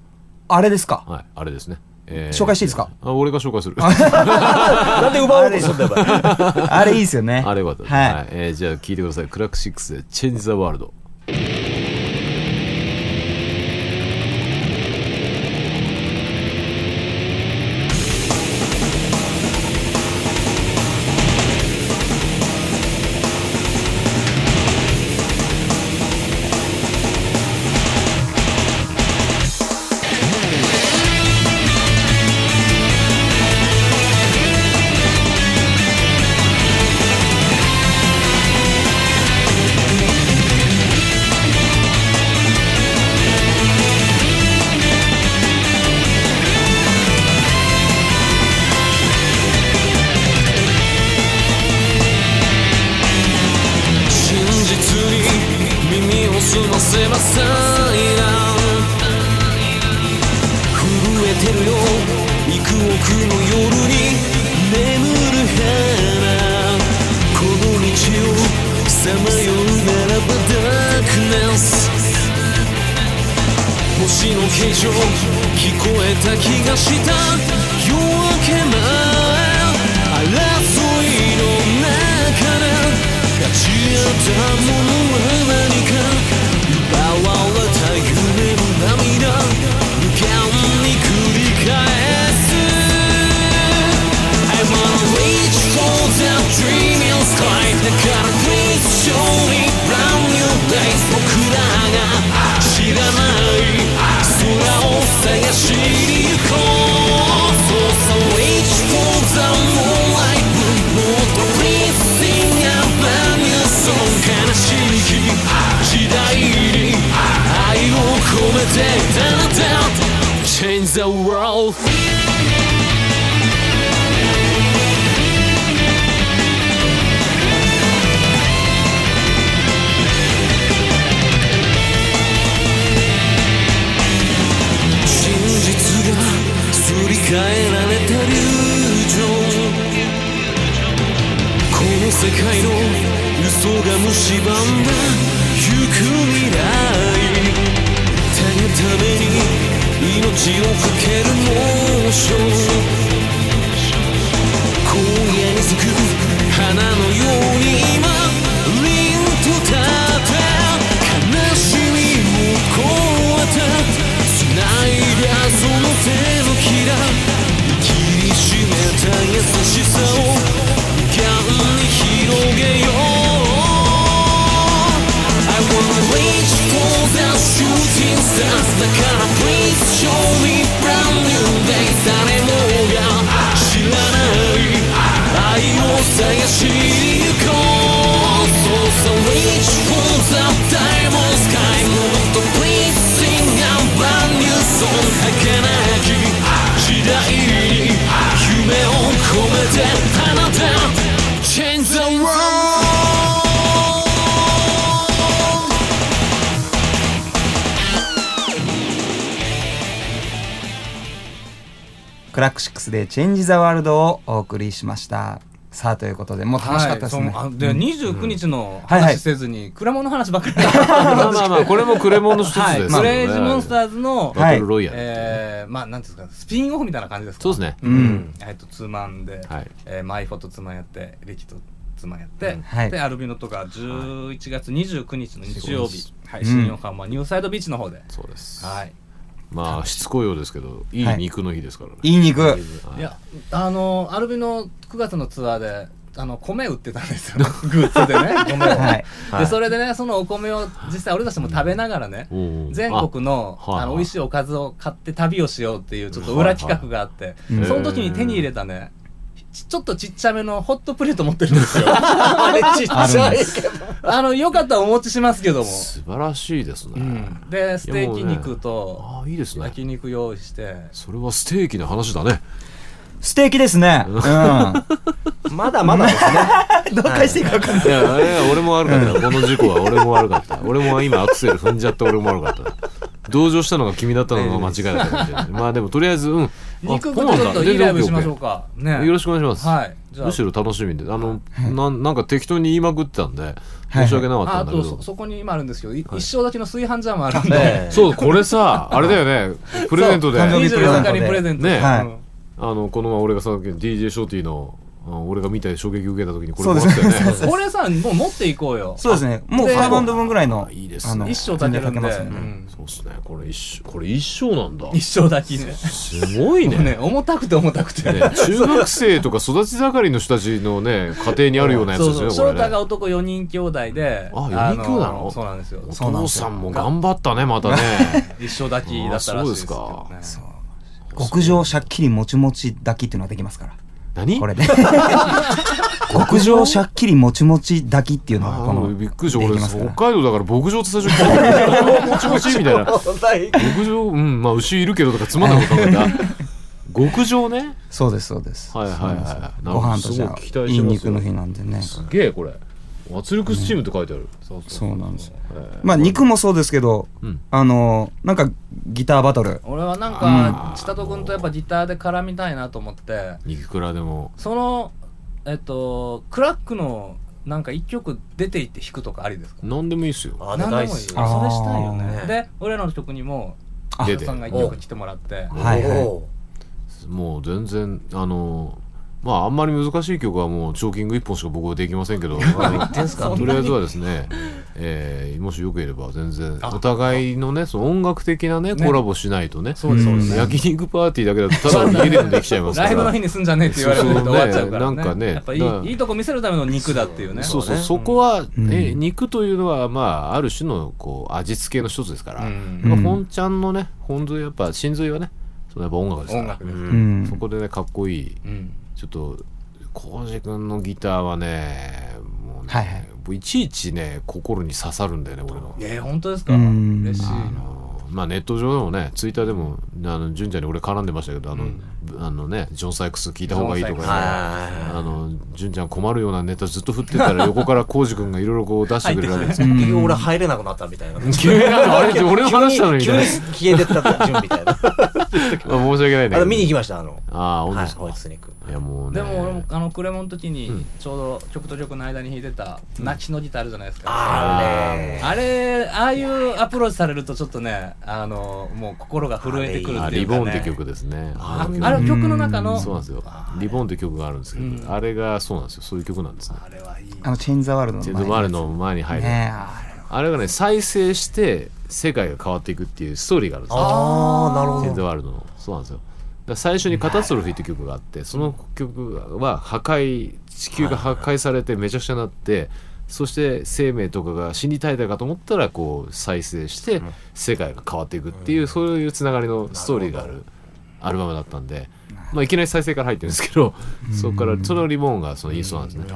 Speaker 1: あれですか
Speaker 5: はいあれですね、え
Speaker 1: 紹介していいですか
Speaker 5: あ俺が紹介する
Speaker 3: なんで奪おうとするんだよお前
Speaker 1: <laughs> あれいいですよね
Speaker 5: あれよかったです、
Speaker 1: はい
Speaker 5: はいえーじゃあ聞いてくださいクラック6で「チェンジ・ザ・ワールド」
Speaker 6: 「君の声が聞こえる」星の形状聞こえた気がした夜明け前争いの中で勝ち合ったものは何か奪われた夢の涙無限に繰り返す I wanna reach for that dreaming sky だから please show me brand new days 僕らが知らない空を探しに行こう So so reach for the moonlight もっと please sing a brand new song 悲しい時代に愛を込めて Down down Change the world 真実がすり替えられた友情この世界の嘘が蝕んだ行く未来手のために命をかける猛暑今夜に咲く花のように今凛と立て悲しみを超えて繋いだその手のひら握りしめた優しさを無限に広げよう I wanna reach for the shooting stars だから please show me brand new day 誰もが知らない愛を探しに行こう So so reach for the diamond sky もっと please sing a brand new song 儚き時代に夢を込めてあなた Change the world
Speaker 1: クラックシックスでチェンジザワールドをお送りしました。さあということでもう楽しかったですね。
Speaker 2: はい、そのあで29日の
Speaker 1: はいはい
Speaker 2: 話せずに、蔵物の話ばっかりだった
Speaker 5: まあ
Speaker 1: <laughs>
Speaker 5: まあまあこれもクレモンの一つです
Speaker 2: はい、
Speaker 5: よね
Speaker 2: クレイジーモンスターズ
Speaker 1: は
Speaker 2: の、
Speaker 1: い
Speaker 5: バトルロイヤル、
Speaker 2: えー、まあなんていうんですかスピンオフみたいな感じですか
Speaker 5: そうですね、
Speaker 1: うん
Speaker 2: えっとツーマンで、
Speaker 5: はい
Speaker 2: えーマイフォとツーマンやってリキとツーマンやって、
Speaker 1: はい
Speaker 2: でアルビノとか11月29日の日曜日、はい、
Speaker 1: うん
Speaker 2: 新横浜ニューサイドビーチの方で、
Speaker 5: そうです、
Speaker 2: はい
Speaker 5: まあしつこいようですけどいい肉の日ですからね、
Speaker 1: いい肉。
Speaker 5: はい
Speaker 2: いやあのアルビノ9月のツアーであの米売ってたん
Speaker 5: <laughs>
Speaker 2: ですよグッズでね米を、
Speaker 1: はい
Speaker 5: はい
Speaker 2: でそれでねそのお米を実際俺たちも食べながらね、
Speaker 5: おう
Speaker 2: 全国の
Speaker 5: あ
Speaker 2: あ
Speaker 5: はい
Speaker 2: の
Speaker 5: はい
Speaker 2: 美味しいおかずを買って旅をしようっていうちょっと裏企画があって、
Speaker 1: はい
Speaker 2: その時に手に入れたねちちょっとちっちゃめのホットプレート持ってるん
Speaker 5: <laughs>
Speaker 2: ですよ
Speaker 3: あれちっちゃいけど
Speaker 2: あのよかったらお持ちしますけども、
Speaker 5: 素晴らしいですね、
Speaker 2: うん、でステーキ肉と
Speaker 5: ああいいですね
Speaker 2: 焼肉用意して
Speaker 5: それはステーキの話だね
Speaker 1: 素敵です
Speaker 3: <laughs>
Speaker 1: ね。うん。
Speaker 3: まだまだですね
Speaker 1: どう返していいか分かんない。
Speaker 5: いやいや俺も悪かったこの事故は俺も悪かった俺も今アクセル踏んじゃって俺も悪かった同情したのが君だったのが間違いだったみたいなまあでもとりあえずうんあ
Speaker 2: 肉
Speaker 5: そ
Speaker 2: ち
Speaker 5: う
Speaker 2: ょ
Speaker 5: なんだ
Speaker 2: っと
Speaker 5: 全
Speaker 2: いい
Speaker 5: 然
Speaker 2: ライブしましょう
Speaker 5: OK
Speaker 2: か
Speaker 5: OK
Speaker 2: ね
Speaker 5: よろしくお願いします、
Speaker 2: はいじゃあ
Speaker 5: むしろ楽しみであの、なんなんか適当に言いまくってたんで申し訳なかった
Speaker 2: あ
Speaker 5: ん
Speaker 2: あ
Speaker 5: だけど、
Speaker 2: とそそこに今あるんですけど、い一生だけの炊飯ジャーもあるんで、
Speaker 5: そうこれさあれだよねプレゼントで
Speaker 1: そう誕生日
Speaker 2: 24日にプレゼント
Speaker 5: ね
Speaker 1: はい
Speaker 2: うん
Speaker 5: あのこの前俺がさっき DJ ショーティーのあ俺が見た衝撃受けた時にこれもらったよね
Speaker 2: これさもう持っていこうよ
Speaker 1: そうですね。もう
Speaker 2: で
Speaker 1: 3バンド分ぐらいの
Speaker 5: あいいですね
Speaker 1: あの
Speaker 2: 一生炊けるんで、
Speaker 1: 全然炊けます
Speaker 2: う
Speaker 1: ね
Speaker 2: ん
Speaker 5: そうっすねこれ一生これ一生なんだ
Speaker 2: 一生炊きね
Speaker 5: すごいね
Speaker 2: ね重たくて重た
Speaker 1: <laughs>
Speaker 2: くて、
Speaker 5: ね中学生とか育ち盛りの人たちのね家庭にあるようなやつ
Speaker 2: そう
Speaker 5: です
Speaker 2: そ
Speaker 5: よ
Speaker 2: う翔
Speaker 5: ねこれ
Speaker 2: 太
Speaker 5: ね
Speaker 2: が男4人兄弟で
Speaker 5: あ四人兄弟なの
Speaker 2: あそうなんですよ
Speaker 5: お
Speaker 1: そうなんで
Speaker 5: 父
Speaker 1: す
Speaker 5: さ
Speaker 1: よ
Speaker 5: んも頑張ったねまたね
Speaker 2: 一生炊きだったらしいですけどね
Speaker 5: あ
Speaker 2: そう
Speaker 1: 極上しゃっきりもちもち抱きっていうのができますから。
Speaker 5: 何
Speaker 1: これで。極上しゃっきりもちもち抱きっていうのが
Speaker 5: あ
Speaker 1: この
Speaker 5: びっくりした俺
Speaker 1: できますか
Speaker 5: 北
Speaker 1: ら
Speaker 5: 海道だから牧場って最初に聞いたもちもちみたいな
Speaker 2: <laughs>
Speaker 5: 牧場うんまあ牛いるけどとかつまんないこと考えた極上ね
Speaker 1: そうですそうです。
Speaker 5: はいはいは
Speaker 1: そうな
Speaker 5: い
Speaker 1: んですよ
Speaker 5: なる
Speaker 1: ご
Speaker 5: ほど
Speaker 1: 飯とじ
Speaker 5: す
Speaker 1: ゃ
Speaker 5: ごい期
Speaker 1: あ
Speaker 5: 待
Speaker 1: い
Speaker 5: し
Speaker 1: い
Speaker 5: ますよ
Speaker 1: 肉の日なんでね。
Speaker 5: すげえこれ圧力スチームって書いてある、そう
Speaker 1: そうなんです。まあ肉もそうですけど
Speaker 5: うん、
Speaker 1: あのなんかギターバトル。
Speaker 2: 俺はなんか千里君とやっぱギターで絡みたいなと思って
Speaker 5: 肉くらでも
Speaker 2: そのえっとクラックのなんか1曲出ていって弾くとかありですか
Speaker 3: <laughs>
Speaker 5: 何でもいいっすよ
Speaker 3: あ
Speaker 2: 何でもいいよそれしたいよ
Speaker 1: あ
Speaker 2: ね
Speaker 3: ー
Speaker 2: で俺らの曲にもあ
Speaker 5: 出
Speaker 2: さんが
Speaker 5: て
Speaker 2: 一曲来てもらって
Speaker 1: はいはい
Speaker 3: お
Speaker 5: もう全然あのまああんまり難しい曲はもうチョーキング一本しか僕はできませんけどあの
Speaker 3: ですか
Speaker 5: とりあえずはですね、えーもしよければ全然お互いのねその音楽的なねコラボしないとね
Speaker 1: ですね
Speaker 5: 焼肉パーティーだけだとただ家でもできちゃいますから
Speaker 2: ライブの日にすんじゃねえって言われると終わっちゃうからね
Speaker 5: そうそうねなんかね
Speaker 2: やっぱい
Speaker 5: だから
Speaker 2: いいいとこ見せるための肉だっていうね
Speaker 5: そうそう
Speaker 3: ね
Speaker 5: そこは、
Speaker 1: ん
Speaker 5: え肉というのはまあある種のこう味付けの一つですから、
Speaker 2: ん
Speaker 5: まあ本ちゃんのね本髄やっぱ真髄はねそのやっぱ音楽ですから
Speaker 2: 音楽です
Speaker 5: うん
Speaker 1: うん
Speaker 5: そこでねかっこいい
Speaker 2: うん
Speaker 5: ちょっと浩司君のギターはねもうね、
Speaker 1: はいはい
Speaker 5: もういちいちね心に刺さるんだよね俺の。
Speaker 2: えー本当ですか
Speaker 1: うん
Speaker 2: 嬉しい
Speaker 5: あのまあ、ネット上でもねツイッターでもあの純ちゃんに俺絡んでましたけどあの、あのねジョン・サイクス聞いた方がいいとかね
Speaker 2: ジョン
Speaker 5: あの純ちゃん困るようなネタずっと振ってたら横から浩司君がいろいろこう出してくれるわけですよ。
Speaker 3: 結局俺入れなくなったみたいな。
Speaker 5: 急にあれ俺の話したのにみ
Speaker 3: 急
Speaker 5: たい
Speaker 3: に
Speaker 5: な
Speaker 3: 消えてった準備みたい <laughs> な。
Speaker 5: まあ申し訳ないね。
Speaker 3: あれ見に行きました、あの。
Speaker 5: ああ本当
Speaker 3: は
Speaker 5: で
Speaker 3: い、
Speaker 5: すか。
Speaker 3: ホイップスネーク。
Speaker 5: い、やもうね。
Speaker 2: でも俺もあのクレモの時にちょうど曲と曲の間に弾いてた「泣きのギター」あるじゃないですか
Speaker 3: あるね。
Speaker 2: あれああいうアプローチされるとちょっとねあのもう心が震えてくるっ
Speaker 5: あー
Speaker 2: てい
Speaker 5: リ
Speaker 2: うか
Speaker 5: ボ
Speaker 2: ね
Speaker 5: ーンって曲ですね。
Speaker 2: あ
Speaker 5: の曲
Speaker 2: あれ曲の中の
Speaker 5: そうなんですよ。リボーンって曲があるんですけど、
Speaker 2: うん
Speaker 5: あれがそうなんですよ。そういう曲なんですね。
Speaker 2: あれはいい
Speaker 1: あのチェンザワールドの
Speaker 5: チ
Speaker 1: 前
Speaker 5: ェンズマルの前に入る。
Speaker 1: ねあれ
Speaker 5: あれがね再生して世界が変わっていくっていうストーリーがあるんですよ。
Speaker 3: ああ、なる
Speaker 5: チェン
Speaker 3: ほ
Speaker 5: ズ
Speaker 3: ど。
Speaker 5: ワールドのそうなんですよだから最初に「カタストロフィー」って曲があってその曲は破壊地球が破壊されてめちゃくちゃになってそして生命とかが死に絶えたかと思ったらこう再生して世界が変わっていくっていうそういうつながりのストーリーがあるアルバムだったんで、まあ、いきなり再生から入ってるんですけどそこからそのリボーンがそのインストなんですね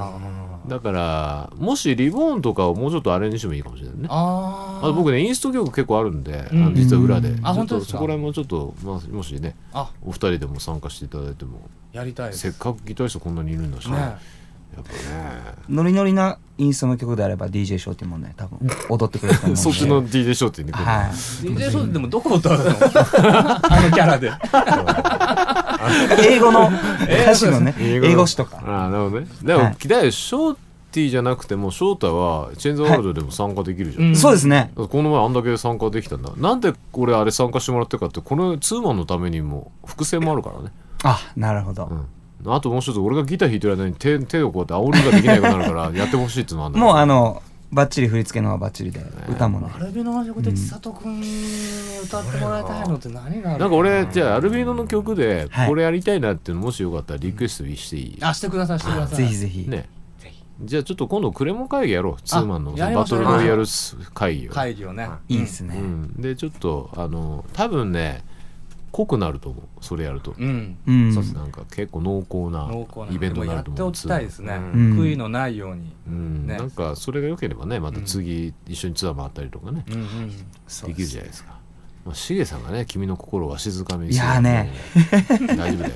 Speaker 5: だからもしリボーンとかをもうちょっとアレンジしてもいいかもしれないね
Speaker 2: あ
Speaker 5: あ
Speaker 2: ー
Speaker 5: と僕ねインスト曲結構あるんで、あの実は裏で、
Speaker 2: あ
Speaker 5: ちょ
Speaker 2: 本
Speaker 5: っ
Speaker 2: 当
Speaker 5: と
Speaker 2: ですか
Speaker 5: そこら辺もちょっと、まあ、もしね
Speaker 2: あ
Speaker 5: お二人でも参加していただいても
Speaker 2: やりたいです
Speaker 5: せっかくギタリストこんなにいるんだしねや
Speaker 2: ね
Speaker 5: っぱ
Speaker 1: ノリノリなインストの曲であれば DJ ショーってもね多分踊ってくれると思う
Speaker 5: ね
Speaker 1: んで
Speaker 5: <laughs> そっちの DJ ショーっていうね、
Speaker 1: はい
Speaker 2: DJ ショーででもどこ歌うの <laughs> あのキャラで
Speaker 1: 英語の歌詞のね英語詞とか
Speaker 5: ああなるほどねでも、
Speaker 1: はい
Speaker 5: ギタリストショーティーじゃなくても翔太はチェンズワールドでも参加できるじゃん、
Speaker 2: うん
Speaker 1: そうですね
Speaker 5: この前あんだけ参加できたんだなんで俺あれ参加してもらったかってこのツーマンのためにも伏線もあるからね
Speaker 1: あなるほど
Speaker 5: あともう一つ俺がギター弾いてる間に手手をこうやって煽りができないくな
Speaker 2: <laughs>
Speaker 5: るからやってほしいっていうのはあるんだけど
Speaker 1: もうあのバッチリ振り付けのはバッチリで歌もね
Speaker 2: アルビノの曲で千里くんに歌ってもらいたいのって何がある
Speaker 5: なんか俺じゃあアルビノの曲で
Speaker 1: はい
Speaker 5: これやりたいなっていうのもしよかったらリクエストしていい、
Speaker 2: あしてくださいしてください
Speaker 1: ぜひぜひ
Speaker 5: ねじゃあちょっと今度クレモン会議やろうツーマンの
Speaker 2: やりま
Speaker 5: バ
Speaker 2: しょ
Speaker 5: ト
Speaker 2: う
Speaker 5: ルロイヤル会議を、
Speaker 2: 会議をね
Speaker 1: いいです
Speaker 5: う
Speaker 1: ね
Speaker 5: ん、でちょっとあの多分ね濃くなると思うそれやると、
Speaker 2: うん
Speaker 1: うん
Speaker 5: そうですなんか結構濃厚な
Speaker 2: 濃厚な
Speaker 5: イベントにな
Speaker 2: や
Speaker 5: る
Speaker 2: っ
Speaker 5: と
Speaker 2: て
Speaker 5: 思う
Speaker 2: おきたいですね
Speaker 1: ん
Speaker 2: 悔いのないように
Speaker 5: うん
Speaker 2: ね
Speaker 5: なんかそれが良ければねまた次一緒にツアー回ったりとかね、
Speaker 2: うんうん
Speaker 5: できるじゃないですかまあシゲさんがね君の心をわしづかみに
Speaker 1: いやーね
Speaker 5: するんで大
Speaker 1: <laughs>
Speaker 5: 丈夫だよ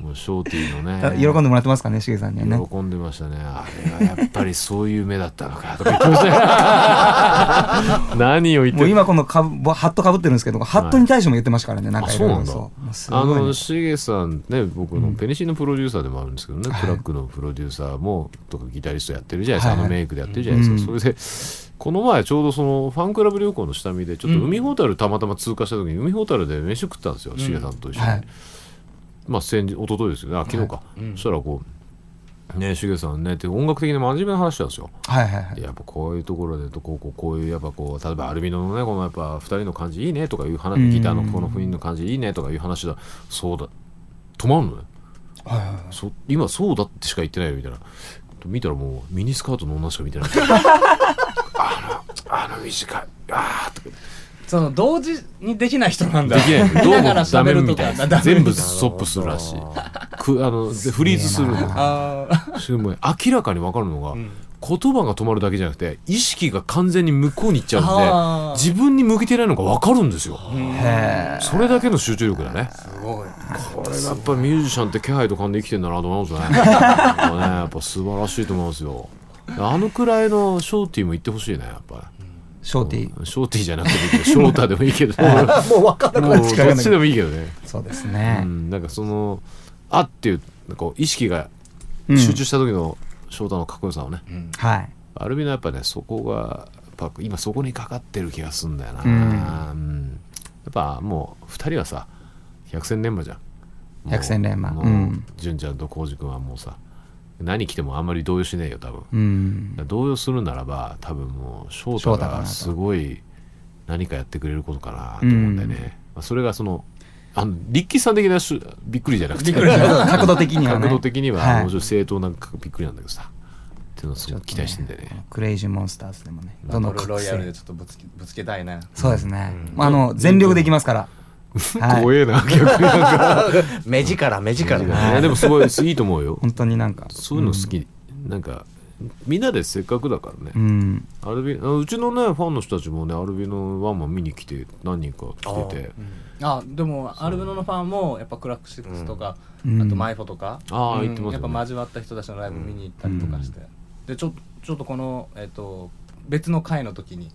Speaker 5: もうショーティーのね
Speaker 1: 喜んでもらってますかねしげさんにはね
Speaker 5: 喜んでましたね。あれはやっぱりそういう目だったのかとか言ってました
Speaker 1: <laughs>
Speaker 5: ね何を言っ
Speaker 1: も
Speaker 5: て
Speaker 1: う
Speaker 5: る
Speaker 1: 今このかぶハットかぶってるんですけどハットに対しても言ってましたからねなんかいろいろ
Speaker 5: あそう
Speaker 1: もうす
Speaker 5: あ
Speaker 1: ごい
Speaker 5: の
Speaker 1: ね
Speaker 5: シゲさんね僕のペニシンのプロデューサーでもあるんですけどね、トラックのプロデューサーもとかギタリストやってるじゃないで
Speaker 1: は
Speaker 5: すか、
Speaker 1: いはい
Speaker 5: あのメイクでやってるじゃないですか、
Speaker 1: うん
Speaker 5: それでこの前ちょうどそのファンクラブ旅行の下見でちょっと海ほたるたまたま通過した時に海ほたるで飯食ったんですよシゲさんと一緒に、
Speaker 1: はい
Speaker 5: まあ先日一昨日ですよねあ昨日か、そしたらこう「ねえシゲさんね」って音楽的に真面目な話したんですよ
Speaker 1: はいはいはい
Speaker 5: やっぱこういうところでとこうこうこういうやっぱこう例えばアルビノのねこのやっぱ2人の感じいいねとかいう話
Speaker 1: うん
Speaker 5: ギターのこの雰囲気の感じいいねとかいう話だそうだ止まんのね
Speaker 1: はいはいはい
Speaker 5: そ今そうだってしか言ってないよみたいな見たらもうミニスカートの女しか見
Speaker 1: <laughs>
Speaker 5: てないあのあの短いあーとか
Speaker 2: その同時にできない人 <laughs> なんだ
Speaker 5: できない
Speaker 2: 見
Speaker 5: ど
Speaker 2: ながら
Speaker 5: うもダ
Speaker 2: 喋
Speaker 5: メ
Speaker 2: ると
Speaker 5: みた
Speaker 2: か
Speaker 5: い
Speaker 2: <laughs>
Speaker 5: な
Speaker 2: ダメ
Speaker 5: 全部ストップするらしいくあのでフリーズするの
Speaker 2: あー
Speaker 5: <laughs> しかも明らかに分かるのが、言葉が止まるだけじゃなくて意識が完全に向こうに行っちゃうん
Speaker 2: あー
Speaker 5: で自分に向けてないのが分かるんですよ
Speaker 1: へ
Speaker 5: それだけの集中力だね
Speaker 2: すごい
Speaker 5: これがやっぱミュージシャンって気配と勘で生きてんだなと思いますねなんかねやっぱ素晴らしいと思いますよあのくらいのショーティーも行ってほしいねやっぱ
Speaker 1: えショーティー
Speaker 5: りショーティーじゃなくてもいいけどショーターでもいいけどもう
Speaker 3: もう分かんなくな
Speaker 5: ど
Speaker 3: っ
Speaker 5: っ
Speaker 3: ちゃう
Speaker 5: ちでもいいけどね
Speaker 1: そうです
Speaker 5: う
Speaker 1: ね
Speaker 5: んなんかそのあっていうなんかこう意識が
Speaker 1: うん
Speaker 5: 集中した時の翔太のかっこよさをね、
Speaker 1: はい
Speaker 5: アルビノはやっぱねそこがやっぱ今そこにかかってる気がするんだよな、
Speaker 1: うん
Speaker 5: うんやっぱもう2人はさ百戦錬磨じゃんもう
Speaker 1: 百戦錬磨
Speaker 5: も
Speaker 1: うん
Speaker 5: 純ちゃんと浩司君はもうさ何来てもあんまり動揺しねえよ多分、
Speaker 1: うん
Speaker 5: <laughs> だから動揺するならば多分もう翔
Speaker 1: 翔
Speaker 5: 太
Speaker 1: 太かなと
Speaker 5: がすごい何かやってくれることかなと思うんだよね、まあ、それがそのあの力士さん的なしゅびっくりじゃなくて
Speaker 1: 角度的にはね
Speaker 5: 角度的に
Speaker 1: は
Speaker 5: はいもうちょっと正当なびっくりなんだけどさ、っていうのをすごく期待してんだよね
Speaker 1: クレイジーモンスターズでもねどの
Speaker 2: ロイヤルでちょっとぶつけぶつけたいな
Speaker 1: そうですね、まあ、あの全力でいきますから、はい、
Speaker 5: 怖 <laughs> えな逆になんか
Speaker 3: 目力目力
Speaker 5: いやでもすごいいいと思うよ
Speaker 1: 本当になんか
Speaker 5: そういうの好き、なんかみんなでせっかくだからね、
Speaker 1: うん
Speaker 5: アルビあうちのねファンの人たちもねアルビのワンマン見に来て何人か来てて
Speaker 2: あでもアルベノのファンもやっぱクラックシックスとか、
Speaker 1: うん
Speaker 2: あとマイフォとか、
Speaker 5: ああ
Speaker 2: うん
Speaker 5: 言ってます
Speaker 2: や
Speaker 5: よ
Speaker 2: っ
Speaker 5: ね
Speaker 2: ぱ交わった人たちのライブ見に行ったりとかして、でちょちょっとこの、えっと別の回の時に、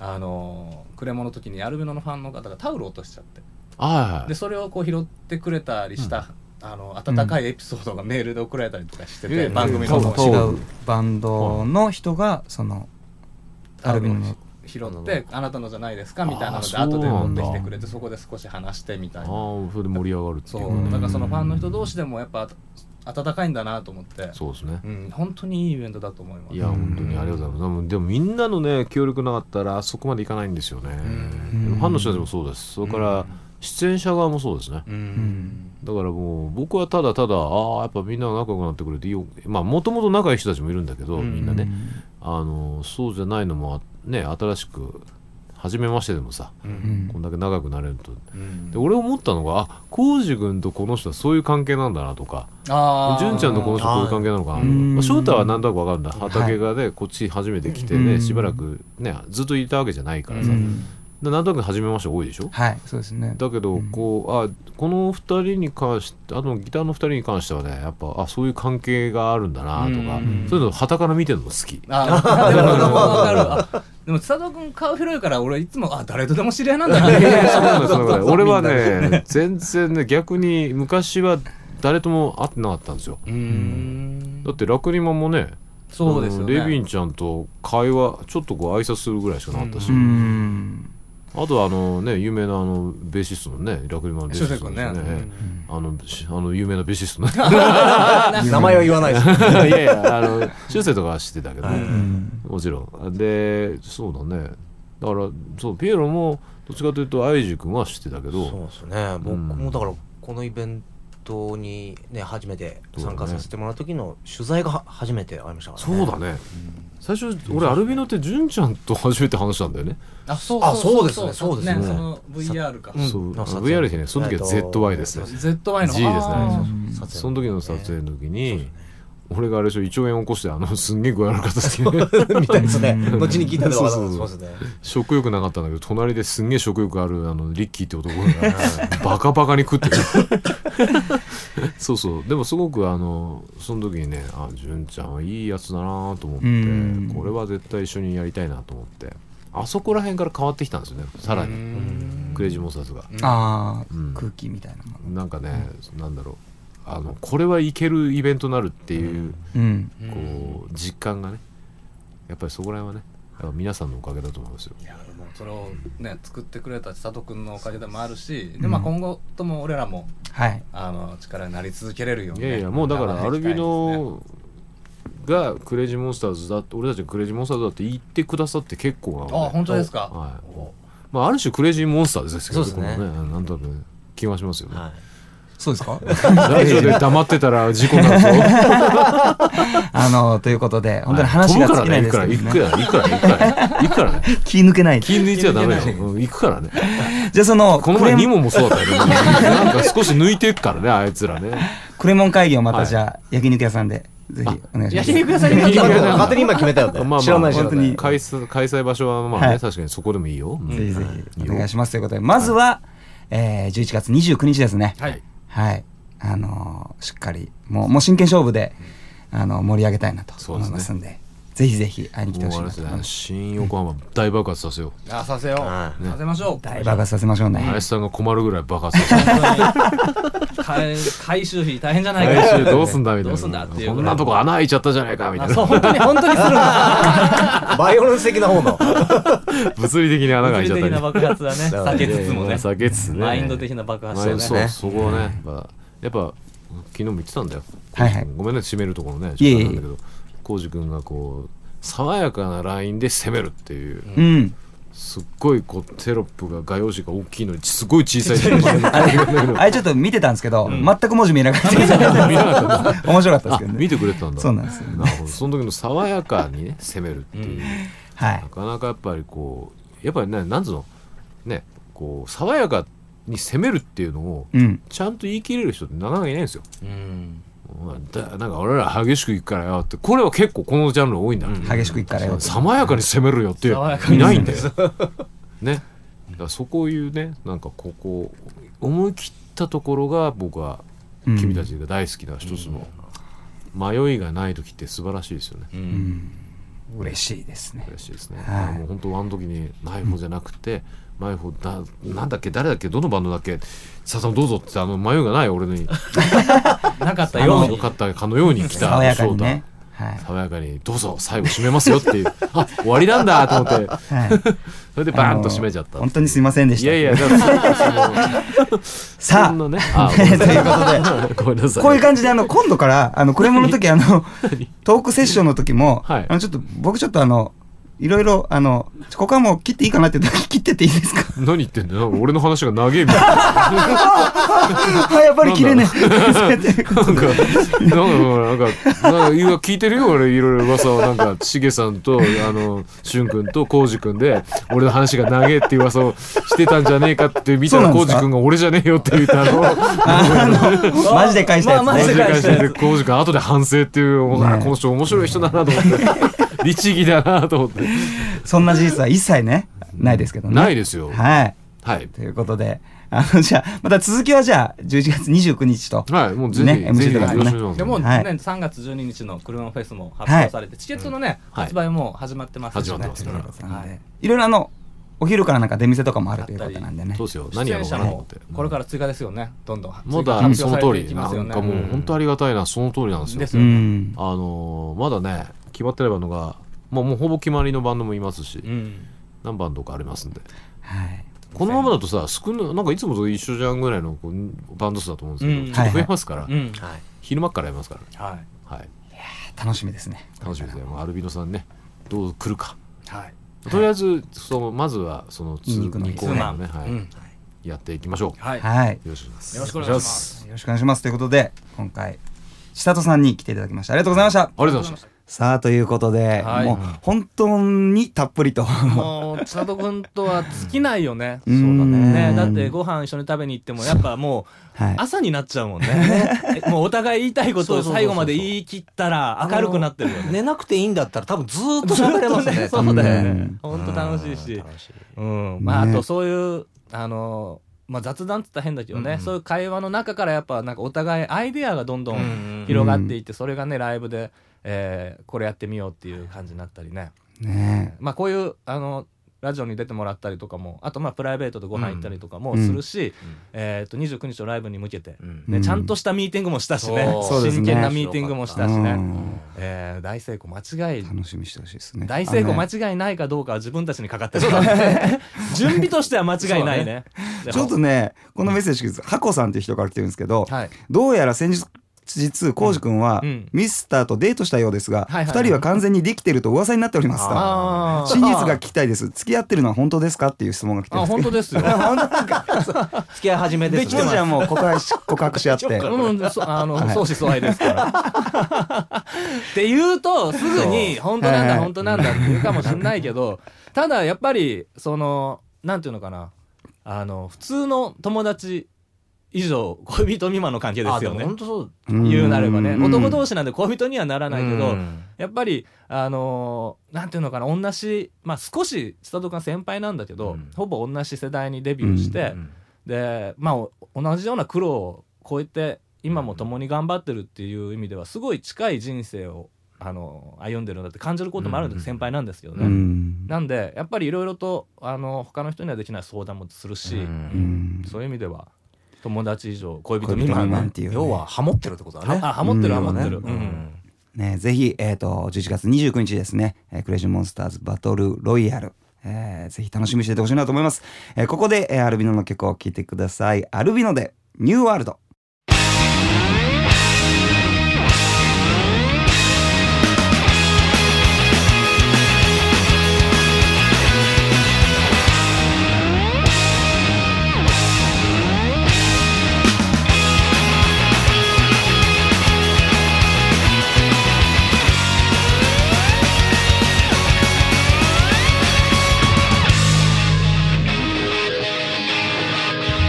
Speaker 2: あのークレモの時にアルベノのファンの方がタオル落としちゃって
Speaker 5: ああ
Speaker 2: でそれをこう拾ってくれたりした、あの温かいエピソードがメールで送られたりとかしてて、
Speaker 5: うん
Speaker 2: 番組の
Speaker 1: 多
Speaker 2: 方
Speaker 5: そ
Speaker 1: 分
Speaker 5: う
Speaker 1: 違うバンドの人がそのアルビノの
Speaker 2: 拾って「あなたのじゃないですか」みたいなので後で持ってきてくれてそこで少し話してみたい
Speaker 5: あ
Speaker 2: な
Speaker 5: ーそれで盛り上がるってい
Speaker 2: そうう
Speaker 5: ね
Speaker 2: だからそのファンの人同士でもやっぱあた温かいんだなと思って
Speaker 5: そうですね
Speaker 2: うん、本当にいいイベントだと思います
Speaker 5: いや本当にありがとうございますでもみんなのね協力なかったらあそこまでいかないんですよね
Speaker 1: うん
Speaker 5: ファンの人たちもそうですそれから出演者側もそうですね
Speaker 1: うん
Speaker 5: だからもう僕はただただああやっぱみんなが仲良くなってくれていいよまあもともと仲いい人たちもいるんだけどみんなねあのそうじゃないのもね新しく初めましてでもさ、
Speaker 1: ん
Speaker 5: こんだけ長くなれると、で俺思ったのがあ浩司君とこの人はそういう関係なんだなとか
Speaker 2: あー
Speaker 5: 純ちゃんとこの人こういう関係なのかなと
Speaker 1: う
Speaker 5: か、
Speaker 1: ん
Speaker 5: まあ、翔太は何となく分かるんだ畑がね、こっち初めて来てね、
Speaker 1: うん
Speaker 5: しばらくねずっといたわけじゃないからさ、
Speaker 1: う
Speaker 5: で
Speaker 1: ん
Speaker 5: なんとなく初めまして多いでしょ
Speaker 1: はいそうですね
Speaker 5: だけどこう、あこの2人に関してあのギターの2人に関してはねやっぱあそういう関係があるんだなとか、そういうの傍から見てるのも好き。 <laughs>
Speaker 2: あーでもでもわかるわでも千里君顔広いから俺いつもあ誰とでも知り合いなんだなって
Speaker 5: <laughs> そうなんですそうなんです俺はね全然ね逆に昔は誰とも会ってなかったんですよ
Speaker 2: うん
Speaker 5: だってラクリマもね
Speaker 2: そうですよね
Speaker 5: あのレビンちゃんと会話ちょっとこう挨拶するぐらいしかなかったし、
Speaker 1: うん
Speaker 5: あとはあのね有名なあのベーシストのねラクリマのベーシストの人
Speaker 2: 翔太君ね
Speaker 5: あのしあの有名なベーシストのい
Speaker 3: 名前は言わないです
Speaker 5: やいやあの修正とかは知ってたけど、
Speaker 1: うん
Speaker 5: もちろんでそうだねだからそうピエロもどっちかというとアイジ君は知ってたけど
Speaker 3: そうですね僕
Speaker 5: うん
Speaker 3: もだからこのイベントにね初めて参加させてもらう時の取材がは初めてありましたから
Speaker 5: そうだね、最初俺アルビノって純ちゃんと初めて話したんだよね、
Speaker 2: あそう
Speaker 3: あそうですねそうですね
Speaker 2: その VR か
Speaker 3: うん
Speaker 5: そう
Speaker 3: なんか撮影
Speaker 5: VR でねその時は
Speaker 3: えっと
Speaker 5: ZY ですね、
Speaker 2: ZY の
Speaker 5: G ですね
Speaker 2: あー
Speaker 3: 撮影
Speaker 5: その時の撮影の時に、俺があれでしょ胃腸炎起こしてあのすんげえ具合悪かった時に
Speaker 3: みたいですね後に聞いたんで分かったんです
Speaker 5: そう
Speaker 3: そう
Speaker 5: そ
Speaker 3: ですね
Speaker 5: 食欲なかったんだけど隣ですんげえ食欲あるあのリッキーって男
Speaker 1: <laughs>
Speaker 5: がバカバカに食ってる <laughs> そうそうでもすごくあのその時にねあ純ちゃんはいいやつだなと思って
Speaker 1: うん
Speaker 5: これは絶対一緒にやりたいなと思ってあそこら辺から変わってきたんですよねさらにクレイジーモンスターズが。
Speaker 1: ああ、
Speaker 5: うん
Speaker 1: 空気みたいなもの
Speaker 5: なんかね、なんだろうあのこれはいけるイベントになるっていう、
Speaker 1: うん
Speaker 5: こう実感がねやっぱりそこら辺はねやっぱ皆さんのおかげだと思いますよ
Speaker 2: いやでもそれをね作ってくれた千里君のおかげでもあるしでまあ今後とも俺らも
Speaker 1: はい
Speaker 2: あの力になり続けれるよう
Speaker 5: い
Speaker 2: に
Speaker 5: やいやもうだからアルビノがクレイジーモンスターズだって俺たちがクレイジーモンスターズだって言ってくださって結構なの
Speaker 2: あ
Speaker 5: で
Speaker 2: 本当ですか
Speaker 5: はいまあ、ある種クレイジーモンスターズですけど
Speaker 3: そうですね
Speaker 5: このなんとなく気がしますよね、
Speaker 3: はい
Speaker 1: そうです
Speaker 5: <laughs>
Speaker 1: か
Speaker 5: ラジオで黙ってたら事故になるぞ
Speaker 1: あのということで本当に
Speaker 5: 飛
Speaker 1: 話
Speaker 5: ぶ
Speaker 1: が
Speaker 5: か
Speaker 1: 尽
Speaker 5: ら
Speaker 1: きな
Speaker 5: ね
Speaker 1: いで
Speaker 5: 行く
Speaker 1: すけ
Speaker 5: から行
Speaker 1: ど
Speaker 5: く
Speaker 1: ね
Speaker 5: から行くから行くから行くからね
Speaker 1: 気抜けない
Speaker 5: 気抜いちゃダメよ。うん行くからね。
Speaker 1: じゃあその
Speaker 5: この
Speaker 1: クレ
Speaker 5: 前
Speaker 1: モン
Speaker 5: ニモもそうだったよね。なんか少し抜いてっからね、あいつらね。
Speaker 1: クレモン会議をま
Speaker 5: は
Speaker 1: た
Speaker 5: い
Speaker 1: じゃあ焼肉屋さんでぜひお願いします
Speaker 3: 焼肉屋さんに
Speaker 5: 焼肉屋さん
Speaker 3: 勝手に今決めたよ
Speaker 5: まあまあ
Speaker 3: ね知らない知ら
Speaker 1: 本当
Speaker 3: ない
Speaker 1: に
Speaker 5: 開催開催場所はまあ
Speaker 1: は
Speaker 5: ね、
Speaker 1: い
Speaker 5: 確かにそこでもいいよ。うん
Speaker 1: ぜひぜひお願いしますということでまずはえー11月29日ですね
Speaker 5: はい。
Speaker 1: はいあのーしっかりもうもう真剣勝負であの盛り上げたいなと
Speaker 5: そう
Speaker 1: 思
Speaker 5: です
Speaker 1: い
Speaker 5: ね
Speaker 1: ますんでぜひぜひ会いに来てほしい
Speaker 5: もうあ
Speaker 1: な
Speaker 5: れ
Speaker 1: と思
Speaker 5: だ
Speaker 1: い
Speaker 5: ね
Speaker 1: ます
Speaker 5: 新横浜大爆発させよ
Speaker 7: あさせよう
Speaker 3: う
Speaker 7: させましょう
Speaker 1: 大爆発させましょう
Speaker 5: う
Speaker 1: ね
Speaker 5: 林さんが困るぐらい爆発させよ
Speaker 2: 回 <laughs> 回収費大変じゃ
Speaker 5: う
Speaker 2: ないか
Speaker 5: 来週どうすんだみたいな
Speaker 2: どうすんだっていう
Speaker 5: こ
Speaker 2: ぐ
Speaker 5: ん
Speaker 2: らい
Speaker 5: なとこ穴開いちゃったじゃないかみたい
Speaker 2: あそう
Speaker 5: な
Speaker 2: 本当に本当にするんだ
Speaker 3: バイオレンス的な方の
Speaker 5: 物理的に穴が開いちゃっ
Speaker 2: 的
Speaker 5: た
Speaker 2: な爆発だね
Speaker 3: そうだね
Speaker 2: 避けつつもね
Speaker 5: 避けつつね
Speaker 2: マインド的な爆発
Speaker 5: まあ
Speaker 2: だ
Speaker 5: そ
Speaker 2: ね
Speaker 5: うそこはね、まあやっぱ昨日も言ってたんだよ、
Speaker 1: はいはい
Speaker 5: ごめんね締めるところね
Speaker 1: いえいえ
Speaker 5: 冗談なんだけど浩司君がこう爽やかなラインで攻めるっていう、
Speaker 1: うん
Speaker 5: すっごいこうテロップが画用紙が大きいのにすごい小さいテロップが
Speaker 1: あれちょっと見てたんですけど、全く文字見えなかった
Speaker 5: <laughs>
Speaker 1: 面白かったですけど
Speaker 5: 見
Speaker 1: ね
Speaker 5: てくれてたんだ
Speaker 1: そうなんですよ
Speaker 5: なるほどその時の爽やかにね攻めるっていう、
Speaker 1: はい
Speaker 5: なかなかやっぱりこうやっぱりねなんつうのねこう爽やかに攻めるっていうのを
Speaker 1: うん
Speaker 5: ちゃんと言い切れる人ってなかなかいないんですよ
Speaker 3: うん
Speaker 5: うんだなんか俺ら激しくいくからよってこれは結構このジャンル多いんだ、
Speaker 1: 激しくいくからよ
Speaker 5: 爽やかに攻めるよって
Speaker 2: 爽やかに
Speaker 5: いないんだよ。ね、だからそこをいうねなんかここ思い切ったところが僕は
Speaker 1: うん
Speaker 5: 君たちが大好きな一つの迷いがない時って素晴らしいですよね。
Speaker 1: 嬉しいですね
Speaker 5: 嬉しいですね。
Speaker 1: はい
Speaker 5: もう本当あの時にない方じゃなくて、ない方だなんだっけ誰だっけどのバンドだっけささんどうぞってあの迷いがない俺に
Speaker 2: なかった
Speaker 5: あ
Speaker 2: よう
Speaker 5: の
Speaker 2: に
Speaker 5: よかったかのように来た
Speaker 1: 爽やかに
Speaker 5: 翔
Speaker 1: ね
Speaker 5: 太
Speaker 1: はい
Speaker 5: 爽やかに「どうぞ最後締めますよ」っていう「あ終わりなんだ」と思って
Speaker 1: はい
Speaker 5: それで <laughs> バーンと締めちゃった
Speaker 1: 本当にすいませんでし
Speaker 5: い
Speaker 1: た
Speaker 5: やいやだからそ
Speaker 1: さ
Speaker 5: ん
Speaker 1: あ
Speaker 5: なねあ
Speaker 1: という
Speaker 5: ごめんなさい
Speaker 1: こういう感じであの今度からあのクレモの時あのトークセッションの時も、
Speaker 5: はい
Speaker 1: あのちょっと僕ちょっとあのいろいろあのここはもう切っていいかなって <laughs> 時切ってていいですか <laughs>
Speaker 5: 何言ってんだよ俺の話が長えみたいな
Speaker 1: あやっぱり切れねえ
Speaker 5: なんかなんかなんかなんかいや聞いてるよ俺いろいろ噂をなんかしげさんとあのしゅんくんとこうじくんで俺の話が長えっていう噂をしてたんじゃねえかって見た
Speaker 1: そうな
Speaker 5: ら
Speaker 1: ん
Speaker 5: こ
Speaker 1: です
Speaker 5: うじ
Speaker 1: か
Speaker 5: くんが俺じゃねえよって言ったの
Speaker 1: あのマジで返したやつね、 <laughs>
Speaker 2: まあマ
Speaker 5: マ
Speaker 2: ジ
Speaker 5: ジ
Speaker 2: で
Speaker 5: で
Speaker 2: 返
Speaker 5: 返
Speaker 2: し
Speaker 5: してて工事君後で反省っていう、
Speaker 1: ね
Speaker 5: あこの人面白い人だなと思
Speaker 1: <laughs>
Speaker 5: って律儀だなと思って
Speaker 1: そんな事実は一切ねないですけどね
Speaker 5: ないですよはい、
Speaker 1: はい
Speaker 5: はい
Speaker 1: ということであのじゃあまた続きはじゃあ11月29日と
Speaker 5: もうぜひ、
Speaker 1: ね
Speaker 5: ぜひ
Speaker 1: MC とかね
Speaker 5: よろしくお願いします
Speaker 2: でもうね、
Speaker 1: はい
Speaker 2: 3月12日の車のフェスも発表されて、チケットのね、
Speaker 5: はい
Speaker 2: 発売も始まってますしね
Speaker 5: 始まってますから
Speaker 2: はい
Speaker 1: いろいろあのお昼からなんか出店とかもあるということなんでね
Speaker 5: そうですよ何
Speaker 2: 出
Speaker 5: や
Speaker 2: 演
Speaker 5: ろうか
Speaker 2: 者
Speaker 5: なと思っ
Speaker 2: も
Speaker 5: て
Speaker 2: これから追加ですよね、どんどん。
Speaker 5: ま
Speaker 2: 追加
Speaker 5: だ
Speaker 2: 発
Speaker 5: その
Speaker 2: 表
Speaker 5: 通
Speaker 2: されて
Speaker 5: り
Speaker 2: いきま
Speaker 5: な
Speaker 2: すよ
Speaker 5: ん
Speaker 2: ね
Speaker 5: かもう本当ありがたいなその通りなんですよ
Speaker 2: です
Speaker 1: う
Speaker 2: よね。
Speaker 1: ん
Speaker 5: あのーまだね決まってればのが、まあ、もうほぼ決まりのバンドもいますし、
Speaker 2: うん
Speaker 5: 何バンドかありますんで
Speaker 1: はい
Speaker 5: このままだとさ少ななんかいつもと一緒じゃんぐらいのこうバンド数だと思うんですけど、
Speaker 2: うん
Speaker 5: ちょっと増えますから、
Speaker 2: うん
Speaker 3: はい
Speaker 5: 昼間っからやりますから、
Speaker 2: はい
Speaker 5: はい、
Speaker 1: 楽しみですね
Speaker 5: 楽しみですね。もうアルビノさんね、どう来るか。
Speaker 2: はい
Speaker 5: とりあえず、そのまずはその
Speaker 1: ニンニクの
Speaker 5: ニコーナーをね、は
Speaker 2: うん
Speaker 5: い、やっていきましょう。よ
Speaker 2: はい
Speaker 1: はい
Speaker 5: ろしくお願いします。
Speaker 2: よろしくお願いします。
Speaker 1: よろしくお願いします。ということで、今回、千里さんに来ていただきました。ありがとうございました。
Speaker 5: ありがとうございました。
Speaker 1: さあ、ということで、
Speaker 2: はい
Speaker 1: もう本当にたっぷり
Speaker 2: <laughs>
Speaker 1: と。
Speaker 2: もう千里君とは尽きないよね。
Speaker 1: そうだね
Speaker 2: ねだってご飯一緒に食べに行ってもやっぱもう
Speaker 1: はい。
Speaker 2: 朝になっちゃうもんね。もうお互い言いたいことを最後まで言い切った
Speaker 5: <laughs>
Speaker 2: ら明るくなってるよね。
Speaker 3: 寝なくていいんだったら多分ずーっと喋れます
Speaker 1: <laughs>
Speaker 3: ね
Speaker 2: そうう
Speaker 1: だ
Speaker 2: だ
Speaker 1: よ
Speaker 2: よ
Speaker 1: ね
Speaker 2: ね。本当楽しいし。
Speaker 3: 楽しい
Speaker 2: うん、まあ、
Speaker 1: ね
Speaker 2: あとそういう、あのまあ、雑談って言ったら変だけどね、そういう会話の中からやっぱなんかお互いアイデアがどんどん広がっていって、それがねライブで、えーこれやってみようっていう感じになったりね、
Speaker 1: ね
Speaker 2: まあ、こういうあのラジオに出てもらったりとかもあとまあプライベートでご飯行ったりとかもするし、えー、と29日のライブに向けて、
Speaker 3: うん
Speaker 2: ね、ちゃんとしたミーティングもしたしね,、
Speaker 1: そうですね
Speaker 2: 真剣なミーティングもし
Speaker 1: え。
Speaker 2: たしね、
Speaker 1: うん
Speaker 2: えー大成功間違い
Speaker 1: 楽しみにしてほしいですね。
Speaker 2: 大成功
Speaker 1: あの
Speaker 2: 間
Speaker 1: ね
Speaker 2: 違いないかどうかは自分たちにかかってるからね <laughs> 準備としては間違いないねで
Speaker 1: ちょっとね、このメッセージです、ハコさんっていう人から来てるんですけど、
Speaker 2: はい
Speaker 1: どうやら先日、実、コウジ君は、
Speaker 2: うんうん
Speaker 1: ミスターとデートしたようですが、
Speaker 2: いはいはい
Speaker 1: 2人は完全にできてると噂になっておりますと。
Speaker 2: あー
Speaker 1: 真実が聞きたいです。付き合ってるのは本当ですかっていう質問が来てるん
Speaker 2: あ
Speaker 1: ですけ
Speaker 2: 本
Speaker 1: ど。
Speaker 2: 当で
Speaker 1: <laughs>
Speaker 2: すよ
Speaker 3: 付き合い始めです
Speaker 1: もうじゃあもう告白し告白し合
Speaker 2: <laughs>
Speaker 1: って。
Speaker 2: うん、そあの、相思相愛で
Speaker 1: <laughs>
Speaker 2: すから。って言うと、すぐに、本当なん
Speaker 1: はい
Speaker 2: だ、
Speaker 1: はい
Speaker 2: 本当なんだって言うかもしれないけど、ただ、やっぱり、その、なんていうのかな、あの、普通の友達以上、恋人未満の関係で
Speaker 3: あ
Speaker 2: す
Speaker 3: で
Speaker 2: よ
Speaker 3: も
Speaker 2: ね
Speaker 3: 本。当そう
Speaker 2: 言うなればね、
Speaker 1: うん
Speaker 2: 男同士なんで恋人にはなら
Speaker 3: だ
Speaker 2: ないけど、やっぱりあのーなんていうのかな同じまあ少し千里君は先輩なんだけど、
Speaker 3: うん
Speaker 2: ほぼ同じ世代にデビューして、でまあお同じような苦労を超えて今も共に頑張ってるっていう意味ではすごい近い人生をあの歩んでるんだって感じることもあるんです、
Speaker 5: うん
Speaker 2: 先輩なんですけどね、
Speaker 1: うん
Speaker 2: なんでやっぱりいろいろとあの他の人にはできない相談もするし、
Speaker 1: うん
Speaker 2: そういう意味では友達以上恋人
Speaker 1: 恋
Speaker 2: 未
Speaker 1: 人
Speaker 2: 満
Speaker 1: 未
Speaker 2: な
Speaker 1: 満っていうね
Speaker 3: 要はハモってるってことだね
Speaker 2: あハモってる
Speaker 1: う
Speaker 2: ハ
Speaker 1: ん
Speaker 2: モってる、
Speaker 1: う
Speaker 2: うん
Speaker 1: ね、ぜひ、えー、と11月29日ですね、えークレイジーモンスターズバトルロイヤル、えーぜひ楽しみにしててほしいなと思います、えーここで、えーアルビノの曲を聴いてくださいアルビノでニューワールド
Speaker 6: わ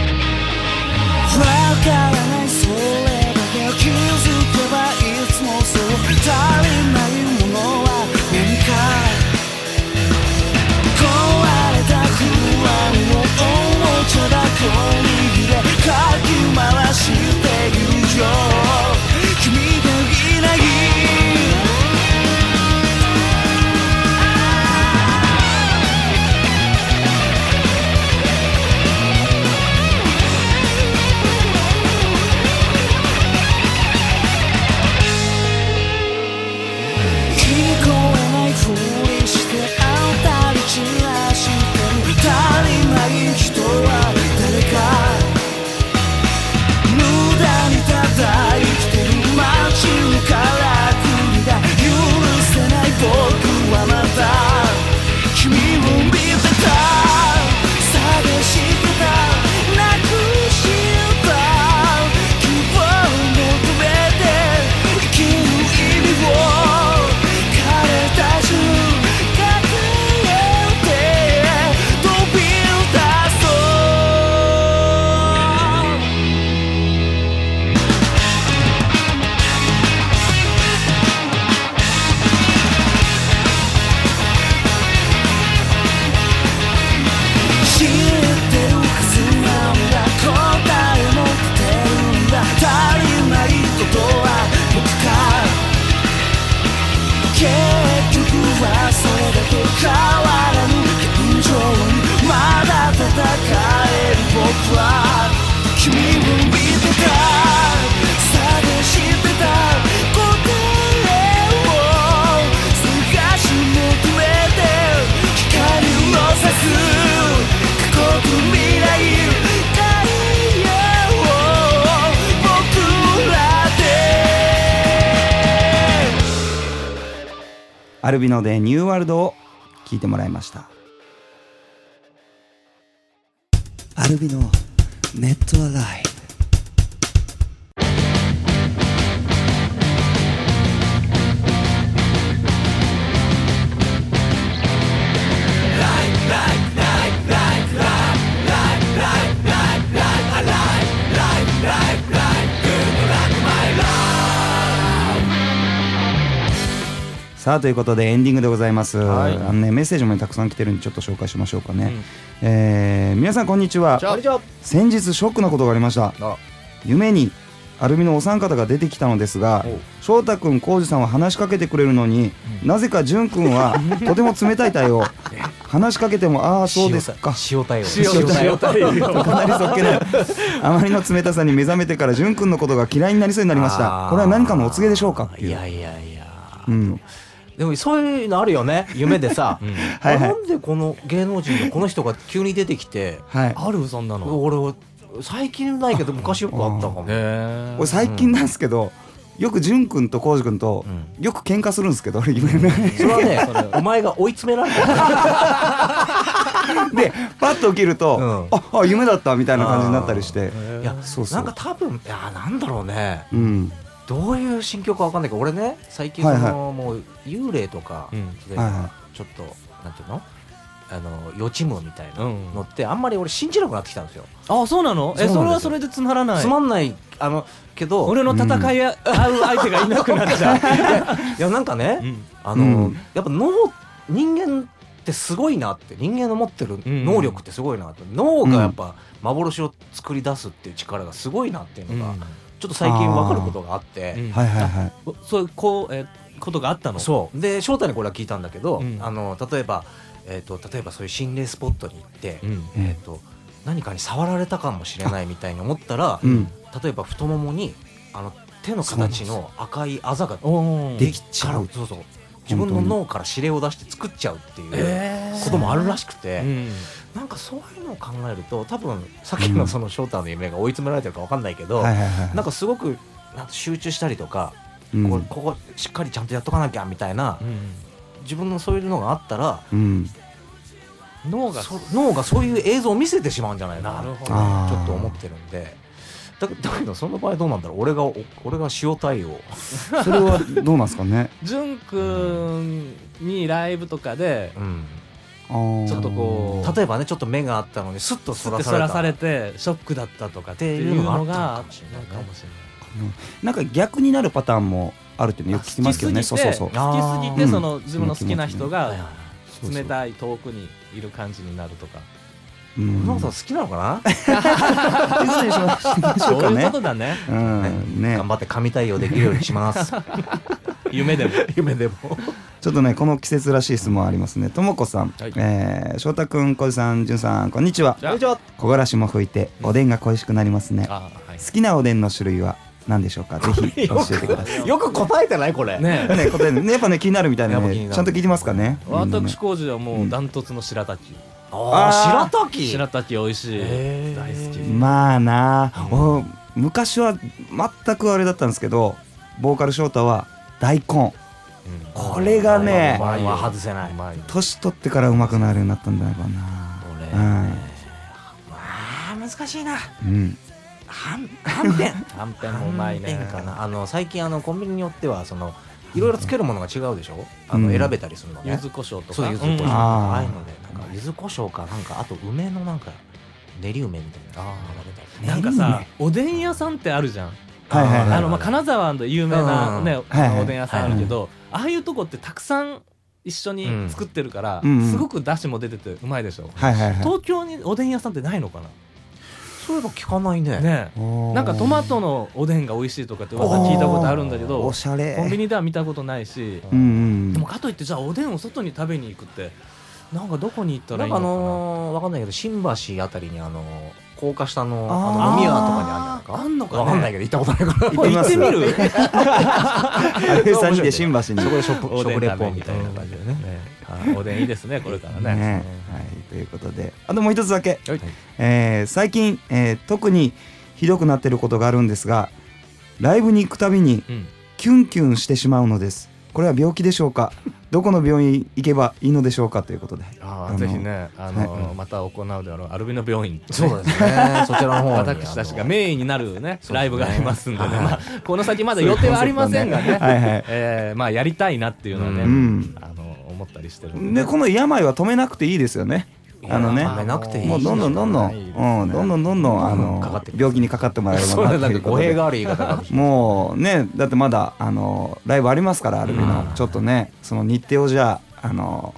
Speaker 6: からないそれだけ気づけばいつもそう足りないものは何か壊れた不安をおもちゃ箱に入れかき回して友情君がいない聞こえないふりしてあんたに散らしてる足りない人は誰か無駄に叩いてる街のからくりが許せない僕はまた君を見てた探してたなくした希望求めて生きる意味を彼たち隠れて飛び出そう知ってるはずなんだ答えも出てるんだ足りないことは僕か結局はそれだけ変わらぬ現状にまだ戦える僕は君を見てた探してた答えを探し求めて光を差す過去と未来太陽を僕らで
Speaker 1: アルビノでニューワールドを聴いてもらいましたアルビノネットアライさあということでエンディングでございます、
Speaker 2: はい
Speaker 1: あのね、メッセージもたくさん来てるんでちょっと紹介しましょうかね、えー皆さんこんにちは
Speaker 2: こんにちは
Speaker 1: 先日ショックなことがありました
Speaker 2: あ
Speaker 1: 夢にアルミのお三方が出てきたのですが翔太君浩二さんは話しかけてくれるのに、なぜか潤君
Speaker 2: <laughs>
Speaker 1: はとても冷たい対応話しかけてもああそうですか
Speaker 3: 塩対応
Speaker 2: 塩対応 <laughs>
Speaker 1: かなりそっけないあまりの冷たさに目覚めてから潤君のことが嫌いになりそうになりましたこれは何かのお告げでしょうかっていう
Speaker 3: いやいやいや
Speaker 1: うん、
Speaker 3: でもそういうのあるよね夢で
Speaker 1: <laughs>
Speaker 3: さ、
Speaker 1: はいはい
Speaker 3: なんでこの芸能人のこの人が急に出てきて
Speaker 1: はい
Speaker 2: あるそんなの
Speaker 3: 俺最近ないけど昔よくあったかも、
Speaker 2: へえ
Speaker 1: 俺最近なんですけど、よく潤君と浩二君とよく喧嘩するんですけど俺夢の中で
Speaker 3: <laughs> それはねお前が追い詰められた
Speaker 1: <laughs> でパッと起きると、
Speaker 3: うん
Speaker 1: ああ夢だったみたいな感じになったりして、
Speaker 3: いや
Speaker 1: そうそう
Speaker 3: なんか多分いやなんだろうね
Speaker 1: うん、
Speaker 3: どういう心境かわかんないけど俺ね最近そ
Speaker 1: は
Speaker 3: の、
Speaker 1: いはい
Speaker 3: もう幽霊とか、
Speaker 2: うん
Speaker 3: それ
Speaker 1: はいは
Speaker 3: ちょっとなんていうのあの予知夢みたいな
Speaker 2: うん
Speaker 3: のって、あんまり俺信じなくなってきたんですよ、
Speaker 2: あそうなのえ
Speaker 3: そうなんですよ
Speaker 2: それはそれでつまらない
Speaker 3: つまんないあのけど
Speaker 2: 俺の戦い合う相手がいなくなっちゃう
Speaker 3: <laughs> いやなんかね、
Speaker 2: <laughs> うん
Speaker 3: あの、
Speaker 1: うん
Speaker 3: やっぱ脳人間ってすごいなって人間の持ってる能力ってすごいなって、脳がやっぱ幻を作り出すっていう力がすごいなっていうのが、ちょっと最近分かることがあって、
Speaker 2: うん
Speaker 1: はいはいはい
Speaker 2: そうこうえーことがあったの
Speaker 3: そうで翔太にこれは聞いたんだけど、
Speaker 2: うん
Speaker 3: あの例えば、えー、と例えばそういう心霊スポットに行って、
Speaker 2: うん
Speaker 3: えー、と何かに触られたかもしれないみたいに思ったら、
Speaker 1: うん
Speaker 3: 例えば太ももにあの手の形の赤いあざが
Speaker 2: お
Speaker 1: できちゃう
Speaker 3: そうそう自分の脳から指令を出して作っちゃうっていうこともあるらしくて、
Speaker 2: うん
Speaker 3: なんかそういうのを考えると多分さっきのその翔太の夢が追い詰められてるか分かんないけど、
Speaker 1: はいはいはい
Speaker 3: なんかすごくなんか集中したりとか、
Speaker 1: うん
Speaker 3: こうここしっかりちゃんとやっとかなきゃみたいな、自分のそういうのがあったら
Speaker 1: うん
Speaker 2: 脳が
Speaker 3: そ脳がそういう映像を見せてしまうんじゃないかな
Speaker 2: なるほ
Speaker 3: ち
Speaker 2: ど
Speaker 1: あー
Speaker 3: ょっと思ってるんでだだけどその場合どうなんだろう俺がお俺が塩対応
Speaker 1: それはどうなんですかね
Speaker 2: 潤くんにライブとかで
Speaker 3: うん
Speaker 1: あー
Speaker 2: ちょっとこう
Speaker 3: 例えばねちょっと目があったのにスッとそ
Speaker 2: すっ
Speaker 3: ら
Speaker 2: て
Speaker 3: さ
Speaker 2: そ
Speaker 3: れた
Speaker 2: らされてショックだったとかって
Speaker 3: って
Speaker 2: い
Speaker 3: いうう
Speaker 2: の
Speaker 3: の
Speaker 2: が
Speaker 3: が
Speaker 2: あ
Speaker 3: あ
Speaker 2: っ
Speaker 3: ったた
Speaker 2: の
Speaker 3: の
Speaker 2: か
Speaker 3: か
Speaker 2: も
Speaker 3: も
Speaker 2: しれない。
Speaker 1: なんか逆になるパターンもあるっていうのよく聞きますけどね
Speaker 2: 好きす
Speaker 1: そう
Speaker 2: ぎ
Speaker 1: そう
Speaker 2: て
Speaker 1: そう
Speaker 2: 好きすぎて
Speaker 1: うん
Speaker 2: その自分の好きな
Speaker 3: は
Speaker 2: 人
Speaker 3: いはい
Speaker 2: が
Speaker 3: はい
Speaker 2: 冷たい遠くにいる感じになるとか
Speaker 1: うん
Speaker 3: なんか好きなのかな、
Speaker 1: <laughs> ということにしまし
Speaker 2: そ
Speaker 1: ょうか
Speaker 2: ういう
Speaker 1: ね
Speaker 2: ことだね
Speaker 1: うんね
Speaker 3: 頑張って神対応できるようにします。
Speaker 2: <laughs> 夢でも
Speaker 3: 夢でも。
Speaker 1: ちょっとねこの季節らしい質問ありますねともこさん、
Speaker 2: はい
Speaker 1: えー翔太くん小路さんじゅんさんこんにちは
Speaker 2: こんにちは
Speaker 1: 木枯らしも吹いておでんが恋しくなりますね
Speaker 2: あはい
Speaker 1: 好きなおでんの種類は何でしょう
Speaker 2: <laughs>
Speaker 1: かぜひ教えてください
Speaker 3: <laughs> よく答えてないこれ。
Speaker 2: ねえ
Speaker 1: ね答えねやっぱね気になるみたいな
Speaker 3: やっ
Speaker 1: の
Speaker 3: ぱ気に
Speaker 1: で
Speaker 3: なる
Speaker 1: ちゃんと聞いてますかねみんなね
Speaker 2: 私工事はもうダントツの白滝
Speaker 3: ああ、白滝。
Speaker 2: 白滝美味しい
Speaker 3: へー
Speaker 2: 大好き
Speaker 1: まあなあ、お昔は全くあれだったんですけどボーカル翔太は大根これがね
Speaker 3: これは外せない。こ
Speaker 1: 年取ってからうまくなるようになったんじゃないか
Speaker 3: れ。
Speaker 1: なは
Speaker 3: ああ、難しいな。
Speaker 1: い、うん、
Speaker 3: はん、はんぺ
Speaker 2: <laughs>
Speaker 3: ん。
Speaker 2: はんぺんもうまいね
Speaker 3: かな。あの、最近、あの、コンビニによっては、その。いろいろつけるものが違うでしょあの、
Speaker 1: うん
Speaker 3: 選べたりするのね。
Speaker 2: 柚子胡椒とか
Speaker 3: そう、柚子胡椒と
Speaker 2: うん
Speaker 3: か、
Speaker 2: あ
Speaker 1: あー
Speaker 3: ああいうので、なんか、柚子胡椒か、なんか、あと、梅の、なんか。練り梅みたいな。あ
Speaker 2: ーなんかさおでん屋さんってあるじゃん
Speaker 1: はいはいはい
Speaker 2: あのまあ金沢の有名なね
Speaker 3: うん
Speaker 1: はいはい
Speaker 2: おでん屋さんあるけどああいうとこってたくさん一緒に作ってるから
Speaker 1: うんうん
Speaker 2: すごく出汁も出ててうまいでしょ
Speaker 1: はいはいはい
Speaker 2: 東京におでん屋さんってないのか
Speaker 3: そういえば、聞かない
Speaker 2: な
Speaker 3: ね。
Speaker 2: ね
Speaker 1: おー
Speaker 2: なんかトマトのおでんが美味しいとかって噂聞いたことあるんだけど
Speaker 1: おしゃれ
Speaker 2: コンビニでは見たことないし
Speaker 1: うんうん
Speaker 2: でもかといってじゃあおでんを外に食べに行くってなんかどこに行った
Speaker 3: な
Speaker 2: らい
Speaker 3: ん
Speaker 2: い
Speaker 3: かあ
Speaker 2: の
Speaker 3: のー、わかんないけど新橋あたりにあのー高架下の
Speaker 1: あー
Speaker 3: あの飲み屋とかにあるんじゃないか
Speaker 2: あんのかね
Speaker 3: わかんないけど行ったことないから
Speaker 1: 行ってみます
Speaker 2: かな行ってみる
Speaker 1: 安倍さんにで新橋に
Speaker 3: そこで食
Speaker 2: おでん
Speaker 3: 食レ
Speaker 2: 食べ
Speaker 3: ポ
Speaker 2: に
Speaker 3: みたいな感じでね
Speaker 2: ねあおでんいいですねこれからね
Speaker 1: ねはい、ということであともう一つだけ、
Speaker 2: はい
Speaker 1: えー最近、えー特にひどくなってることがあるんですがライブに行くたびに
Speaker 2: うん
Speaker 1: キュンキュンしてしまうのですこれは病気でしょうかどこの病院行けばいいのでしょうかということで
Speaker 2: あ
Speaker 1: あ
Speaker 2: あ
Speaker 1: の
Speaker 2: ぜひねあ
Speaker 1: は
Speaker 2: のまた行うであろうアルビノ病院
Speaker 3: <laughs> そうですねそちらの方に
Speaker 2: 私たちが
Speaker 3: あの
Speaker 2: メインになるね
Speaker 3: そうですね
Speaker 2: ライブがありますんでね
Speaker 3: はい
Speaker 2: まあこの先まだ予定はありませんがね
Speaker 1: はいはい
Speaker 2: えーまあやりたいなっていうのはね
Speaker 1: うん
Speaker 2: あの思ったりしてるんで
Speaker 1: でこの病は止めなくていいですよねあのね
Speaker 3: 止めなくていい
Speaker 1: もうどんどんどんどん、うん、どんどんどんどんあ
Speaker 3: かか
Speaker 1: の
Speaker 3: ってくる
Speaker 1: 病気にかかってもらえれ
Speaker 3: そう
Speaker 1: ば
Speaker 3: だな
Speaker 1: なと
Speaker 3: んか
Speaker 1: いうこ
Speaker 3: 語
Speaker 1: と
Speaker 3: 弊
Speaker 1: で
Speaker 3: がある言い方 <laughs> かもしれない
Speaker 1: もうねだってまだあのライブありますからアルビのちょっとねその日程をじゃああの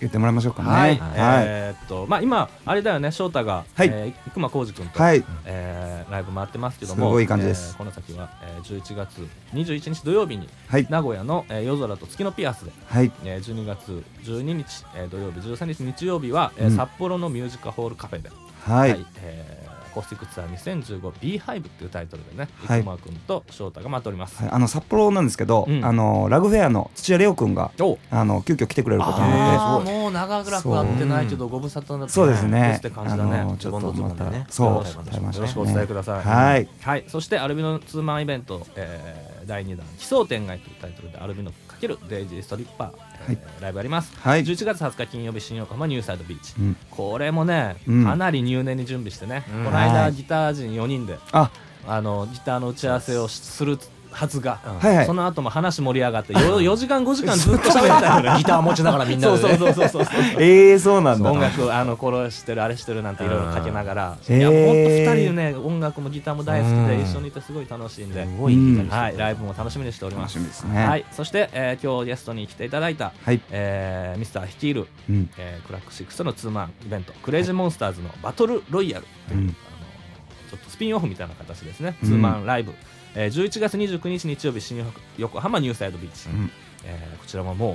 Speaker 1: 言ってもらいましょうかね
Speaker 2: はい、
Speaker 1: はい
Speaker 2: えーっとまあ今あれだよね翔太が、
Speaker 1: はい
Speaker 2: えー、熊浩二君と、
Speaker 1: はい
Speaker 2: えーライブ回ってますけども
Speaker 1: すごい感じです
Speaker 2: えーこの先は、えー、11月21日土曜日に
Speaker 1: はい
Speaker 2: 名古屋の、えー夜空と月のピアスで、
Speaker 1: はい
Speaker 2: えー、12月12日、えー土曜日13日日曜日は、え
Speaker 1: う
Speaker 2: ー
Speaker 1: ん
Speaker 2: 札幌のミュージカホールカフェで、
Speaker 1: はい、
Speaker 2: えーアコースティックツアー 2015BHIVE っていうタイトルでね
Speaker 1: はい
Speaker 2: 生駒、君と翔太が待っております、
Speaker 1: はいあの札幌なんですけど、
Speaker 2: うん
Speaker 1: あのラグフェアの土屋レオくんが
Speaker 2: お
Speaker 1: あの急遽来てくれることにな
Speaker 2: あ
Speaker 1: っ
Speaker 2: ー
Speaker 1: て
Speaker 2: もう長らく会ってないけどご無沙汰になって
Speaker 1: そうですね
Speaker 2: って感
Speaker 1: あ
Speaker 2: じだね、
Speaker 1: のちょっとまた、
Speaker 3: ズボンのズボンでね
Speaker 1: そう
Speaker 3: よろしくお
Speaker 1: 台
Speaker 3: 願
Speaker 1: 湾
Speaker 3: い
Speaker 1: 市
Speaker 3: し
Speaker 2: よろ
Speaker 1: ね
Speaker 2: しくお伝えください。
Speaker 1: はい。
Speaker 2: はい、そしてアルビノツーマンイベント、えー第2弾奇想天外というタイトルでアルビノ×デイジーストリッパー、えーライブあります。
Speaker 1: はい
Speaker 2: 11月20日金曜日新横浜ニューサイドビーチ。
Speaker 1: うん
Speaker 2: これもね、
Speaker 1: うん
Speaker 2: かなり入念に準備してね、
Speaker 3: うん
Speaker 2: この間、
Speaker 1: はい
Speaker 2: ギター陣4人で
Speaker 1: あ
Speaker 2: あのギターの打ち合わせをしするはずが、
Speaker 3: うん
Speaker 1: はいはい
Speaker 2: その後も話盛り上がって 4, 時間5時間ずっと喋ってた
Speaker 1: <laughs>
Speaker 2: よね
Speaker 3: ギター持ちながらみんな
Speaker 2: そ
Speaker 3: でね
Speaker 2: うそうそうそうそう
Speaker 1: ええー、そうなんだ
Speaker 2: 音楽あの殺してるあれしてるなんていろいろかけながら、
Speaker 1: うん
Speaker 2: いや
Speaker 1: へ
Speaker 2: 本
Speaker 1: ー
Speaker 2: 当2人でね音楽もギターも大好きで、
Speaker 3: うん
Speaker 2: 一緒にいてすごい楽しいんで、
Speaker 3: すごいギター
Speaker 1: うん
Speaker 2: はい、ライブも楽しみにしておりま
Speaker 1: 楽
Speaker 2: す
Speaker 1: しみですね
Speaker 2: はい、そして、えー今日ゲストに来ていただいた、
Speaker 1: はい
Speaker 2: えーミスター率いる、
Speaker 1: うん
Speaker 2: えークラックシックスのツーマンイベント「クレイジーモンスターズ」のバトルロイヤルという、
Speaker 1: うん
Speaker 2: あのちょっとスピンオフみたいな形ですね、
Speaker 1: うん
Speaker 2: ツーマンライブ、えー11月29日日曜日新横浜ニューサイドビーチ、
Speaker 1: ん
Speaker 2: えーこちらももう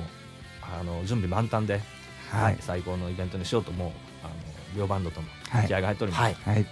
Speaker 2: あの準備満タンで、
Speaker 1: はい
Speaker 2: 最高のイベントにしようともうあの両バンドとも
Speaker 1: はい
Speaker 2: 気合が入っております、
Speaker 3: はい
Speaker 1: はい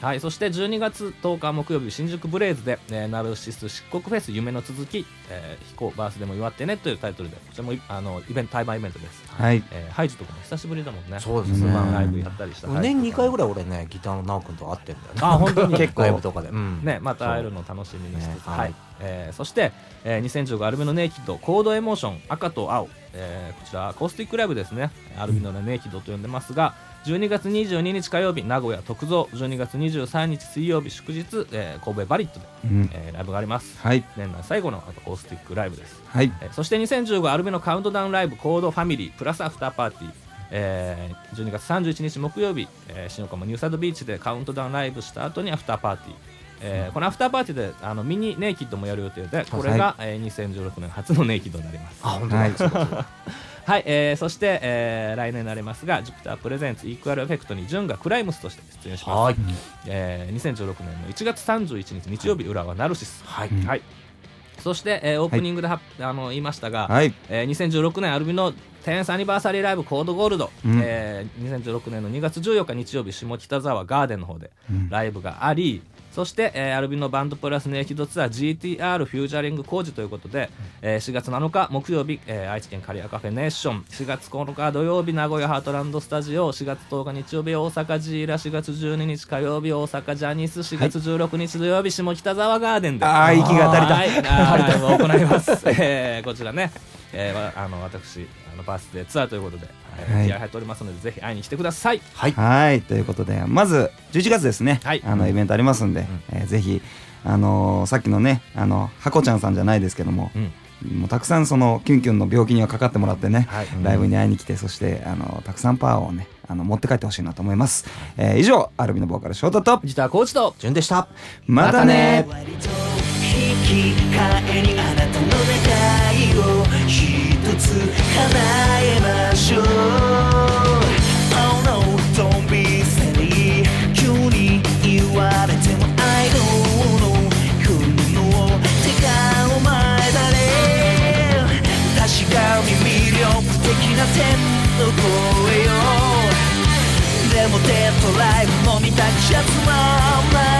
Speaker 2: はい、そして12月10日木曜日新宿ブレイズで、えーナルシスト漆黒フェス夢の続き、えー、飛行バースでも祝ってねというタイトルでこちらもいあのイベント対バンイベントです、
Speaker 1: はい
Speaker 2: えーハイジとかも久しぶりだもんね
Speaker 3: そうです
Speaker 1: ね
Speaker 2: ツーマンライブやったりした
Speaker 3: 年2回ぐ
Speaker 2: らい
Speaker 3: らい俺ねギターの直君と会ってんだよね
Speaker 2: あ本
Speaker 3: <laughs>
Speaker 2: 当に
Speaker 3: ライブとかで、うん
Speaker 2: ね、また会えるの楽しみにしてつつ、
Speaker 3: そうね
Speaker 2: は
Speaker 3: はいい
Speaker 2: えーそして、えー2015アルビノネイキッドコードエモーション赤と青、えーこちらアコースティックライブですねアルビノのネイキッドと呼んでますが12月22日火曜日名古屋徳造12月23日水曜日祝日、えー神戸バリットで、
Speaker 1: うん
Speaker 2: えーライブがあります
Speaker 1: はい
Speaker 2: 年内最後のアコースティックライブです、
Speaker 1: はい
Speaker 2: えーそして2015アルビノカウントダウンライブコードファミリープラスアフターパーティーえー12月31日木曜日、えー、新岡もニューサイドビーチでカウントダウンライブした後にアフターパーティー、えーこのアフターパーティーであのミニネイキッドもやる予定でこれが、えー2016年初のネイキッドになります
Speaker 3: あ本当だ、
Speaker 1: はい
Speaker 2: はい、えーそして、えー来年になりますがジュピタープレゼンツイークアルエフェクトにジュンがクライムスとして出演しま
Speaker 3: は
Speaker 2: す
Speaker 3: い
Speaker 2: えー2016年の1月31日日曜日浦和ナルシス
Speaker 3: はい
Speaker 2: はいそして、えーオープニングでは、あの言いましたが、
Speaker 1: はい
Speaker 2: えー2016年アルビの10th アニバーサリーライブコードゴールド、
Speaker 1: うん
Speaker 2: えー2016年の2月14日日曜日下北沢ガーデンの方で
Speaker 1: うん
Speaker 2: ライブがあり、そして、えーアルビのバンドプラスネイキッドツアー GTR フュージャリング工事ということで、えー4月7日木曜日、えー愛知県刈谷カフェネーション4月9日土曜日名古屋ハートランドスタジオ4月10日日曜日大阪ジーラ4月12日火曜日大阪ジャニス4月16日土曜日下北沢ガーデンで、
Speaker 1: ああ息が足りた
Speaker 2: <laughs> はい、ライブを行います。 <laughs> えーこちらね、えーわあの私あのバースデーツアーということで、えー
Speaker 1: はい
Speaker 2: 気合入っておりますのでぜひ会いに来てください。
Speaker 3: はい
Speaker 1: はいということでまず11月ですね、
Speaker 2: はい
Speaker 1: あのイベントありますんで、えーぜひあのーさっきのねあのハコちゃんさんじゃないですけども、
Speaker 2: うん
Speaker 1: もうたくさんそのキュンキュンの病気にはかかってもらってね、
Speaker 2: はい
Speaker 1: ライブに会いに来てそしてあのたくさんパワーをねあの持って帰ってほしいなと思います、えー以上アルミのボーカル翔太と
Speaker 2: ギターコーチと
Speaker 3: 順でした
Speaker 1: またね
Speaker 8: 割と引き換えにあなたの願いを一つ叶えましょう Oh no, don't be silly 急に言われても I don't know 来るのてかお前だね確かに魅力的な天の声よでもデッドライブ飲みたくちゃつまんない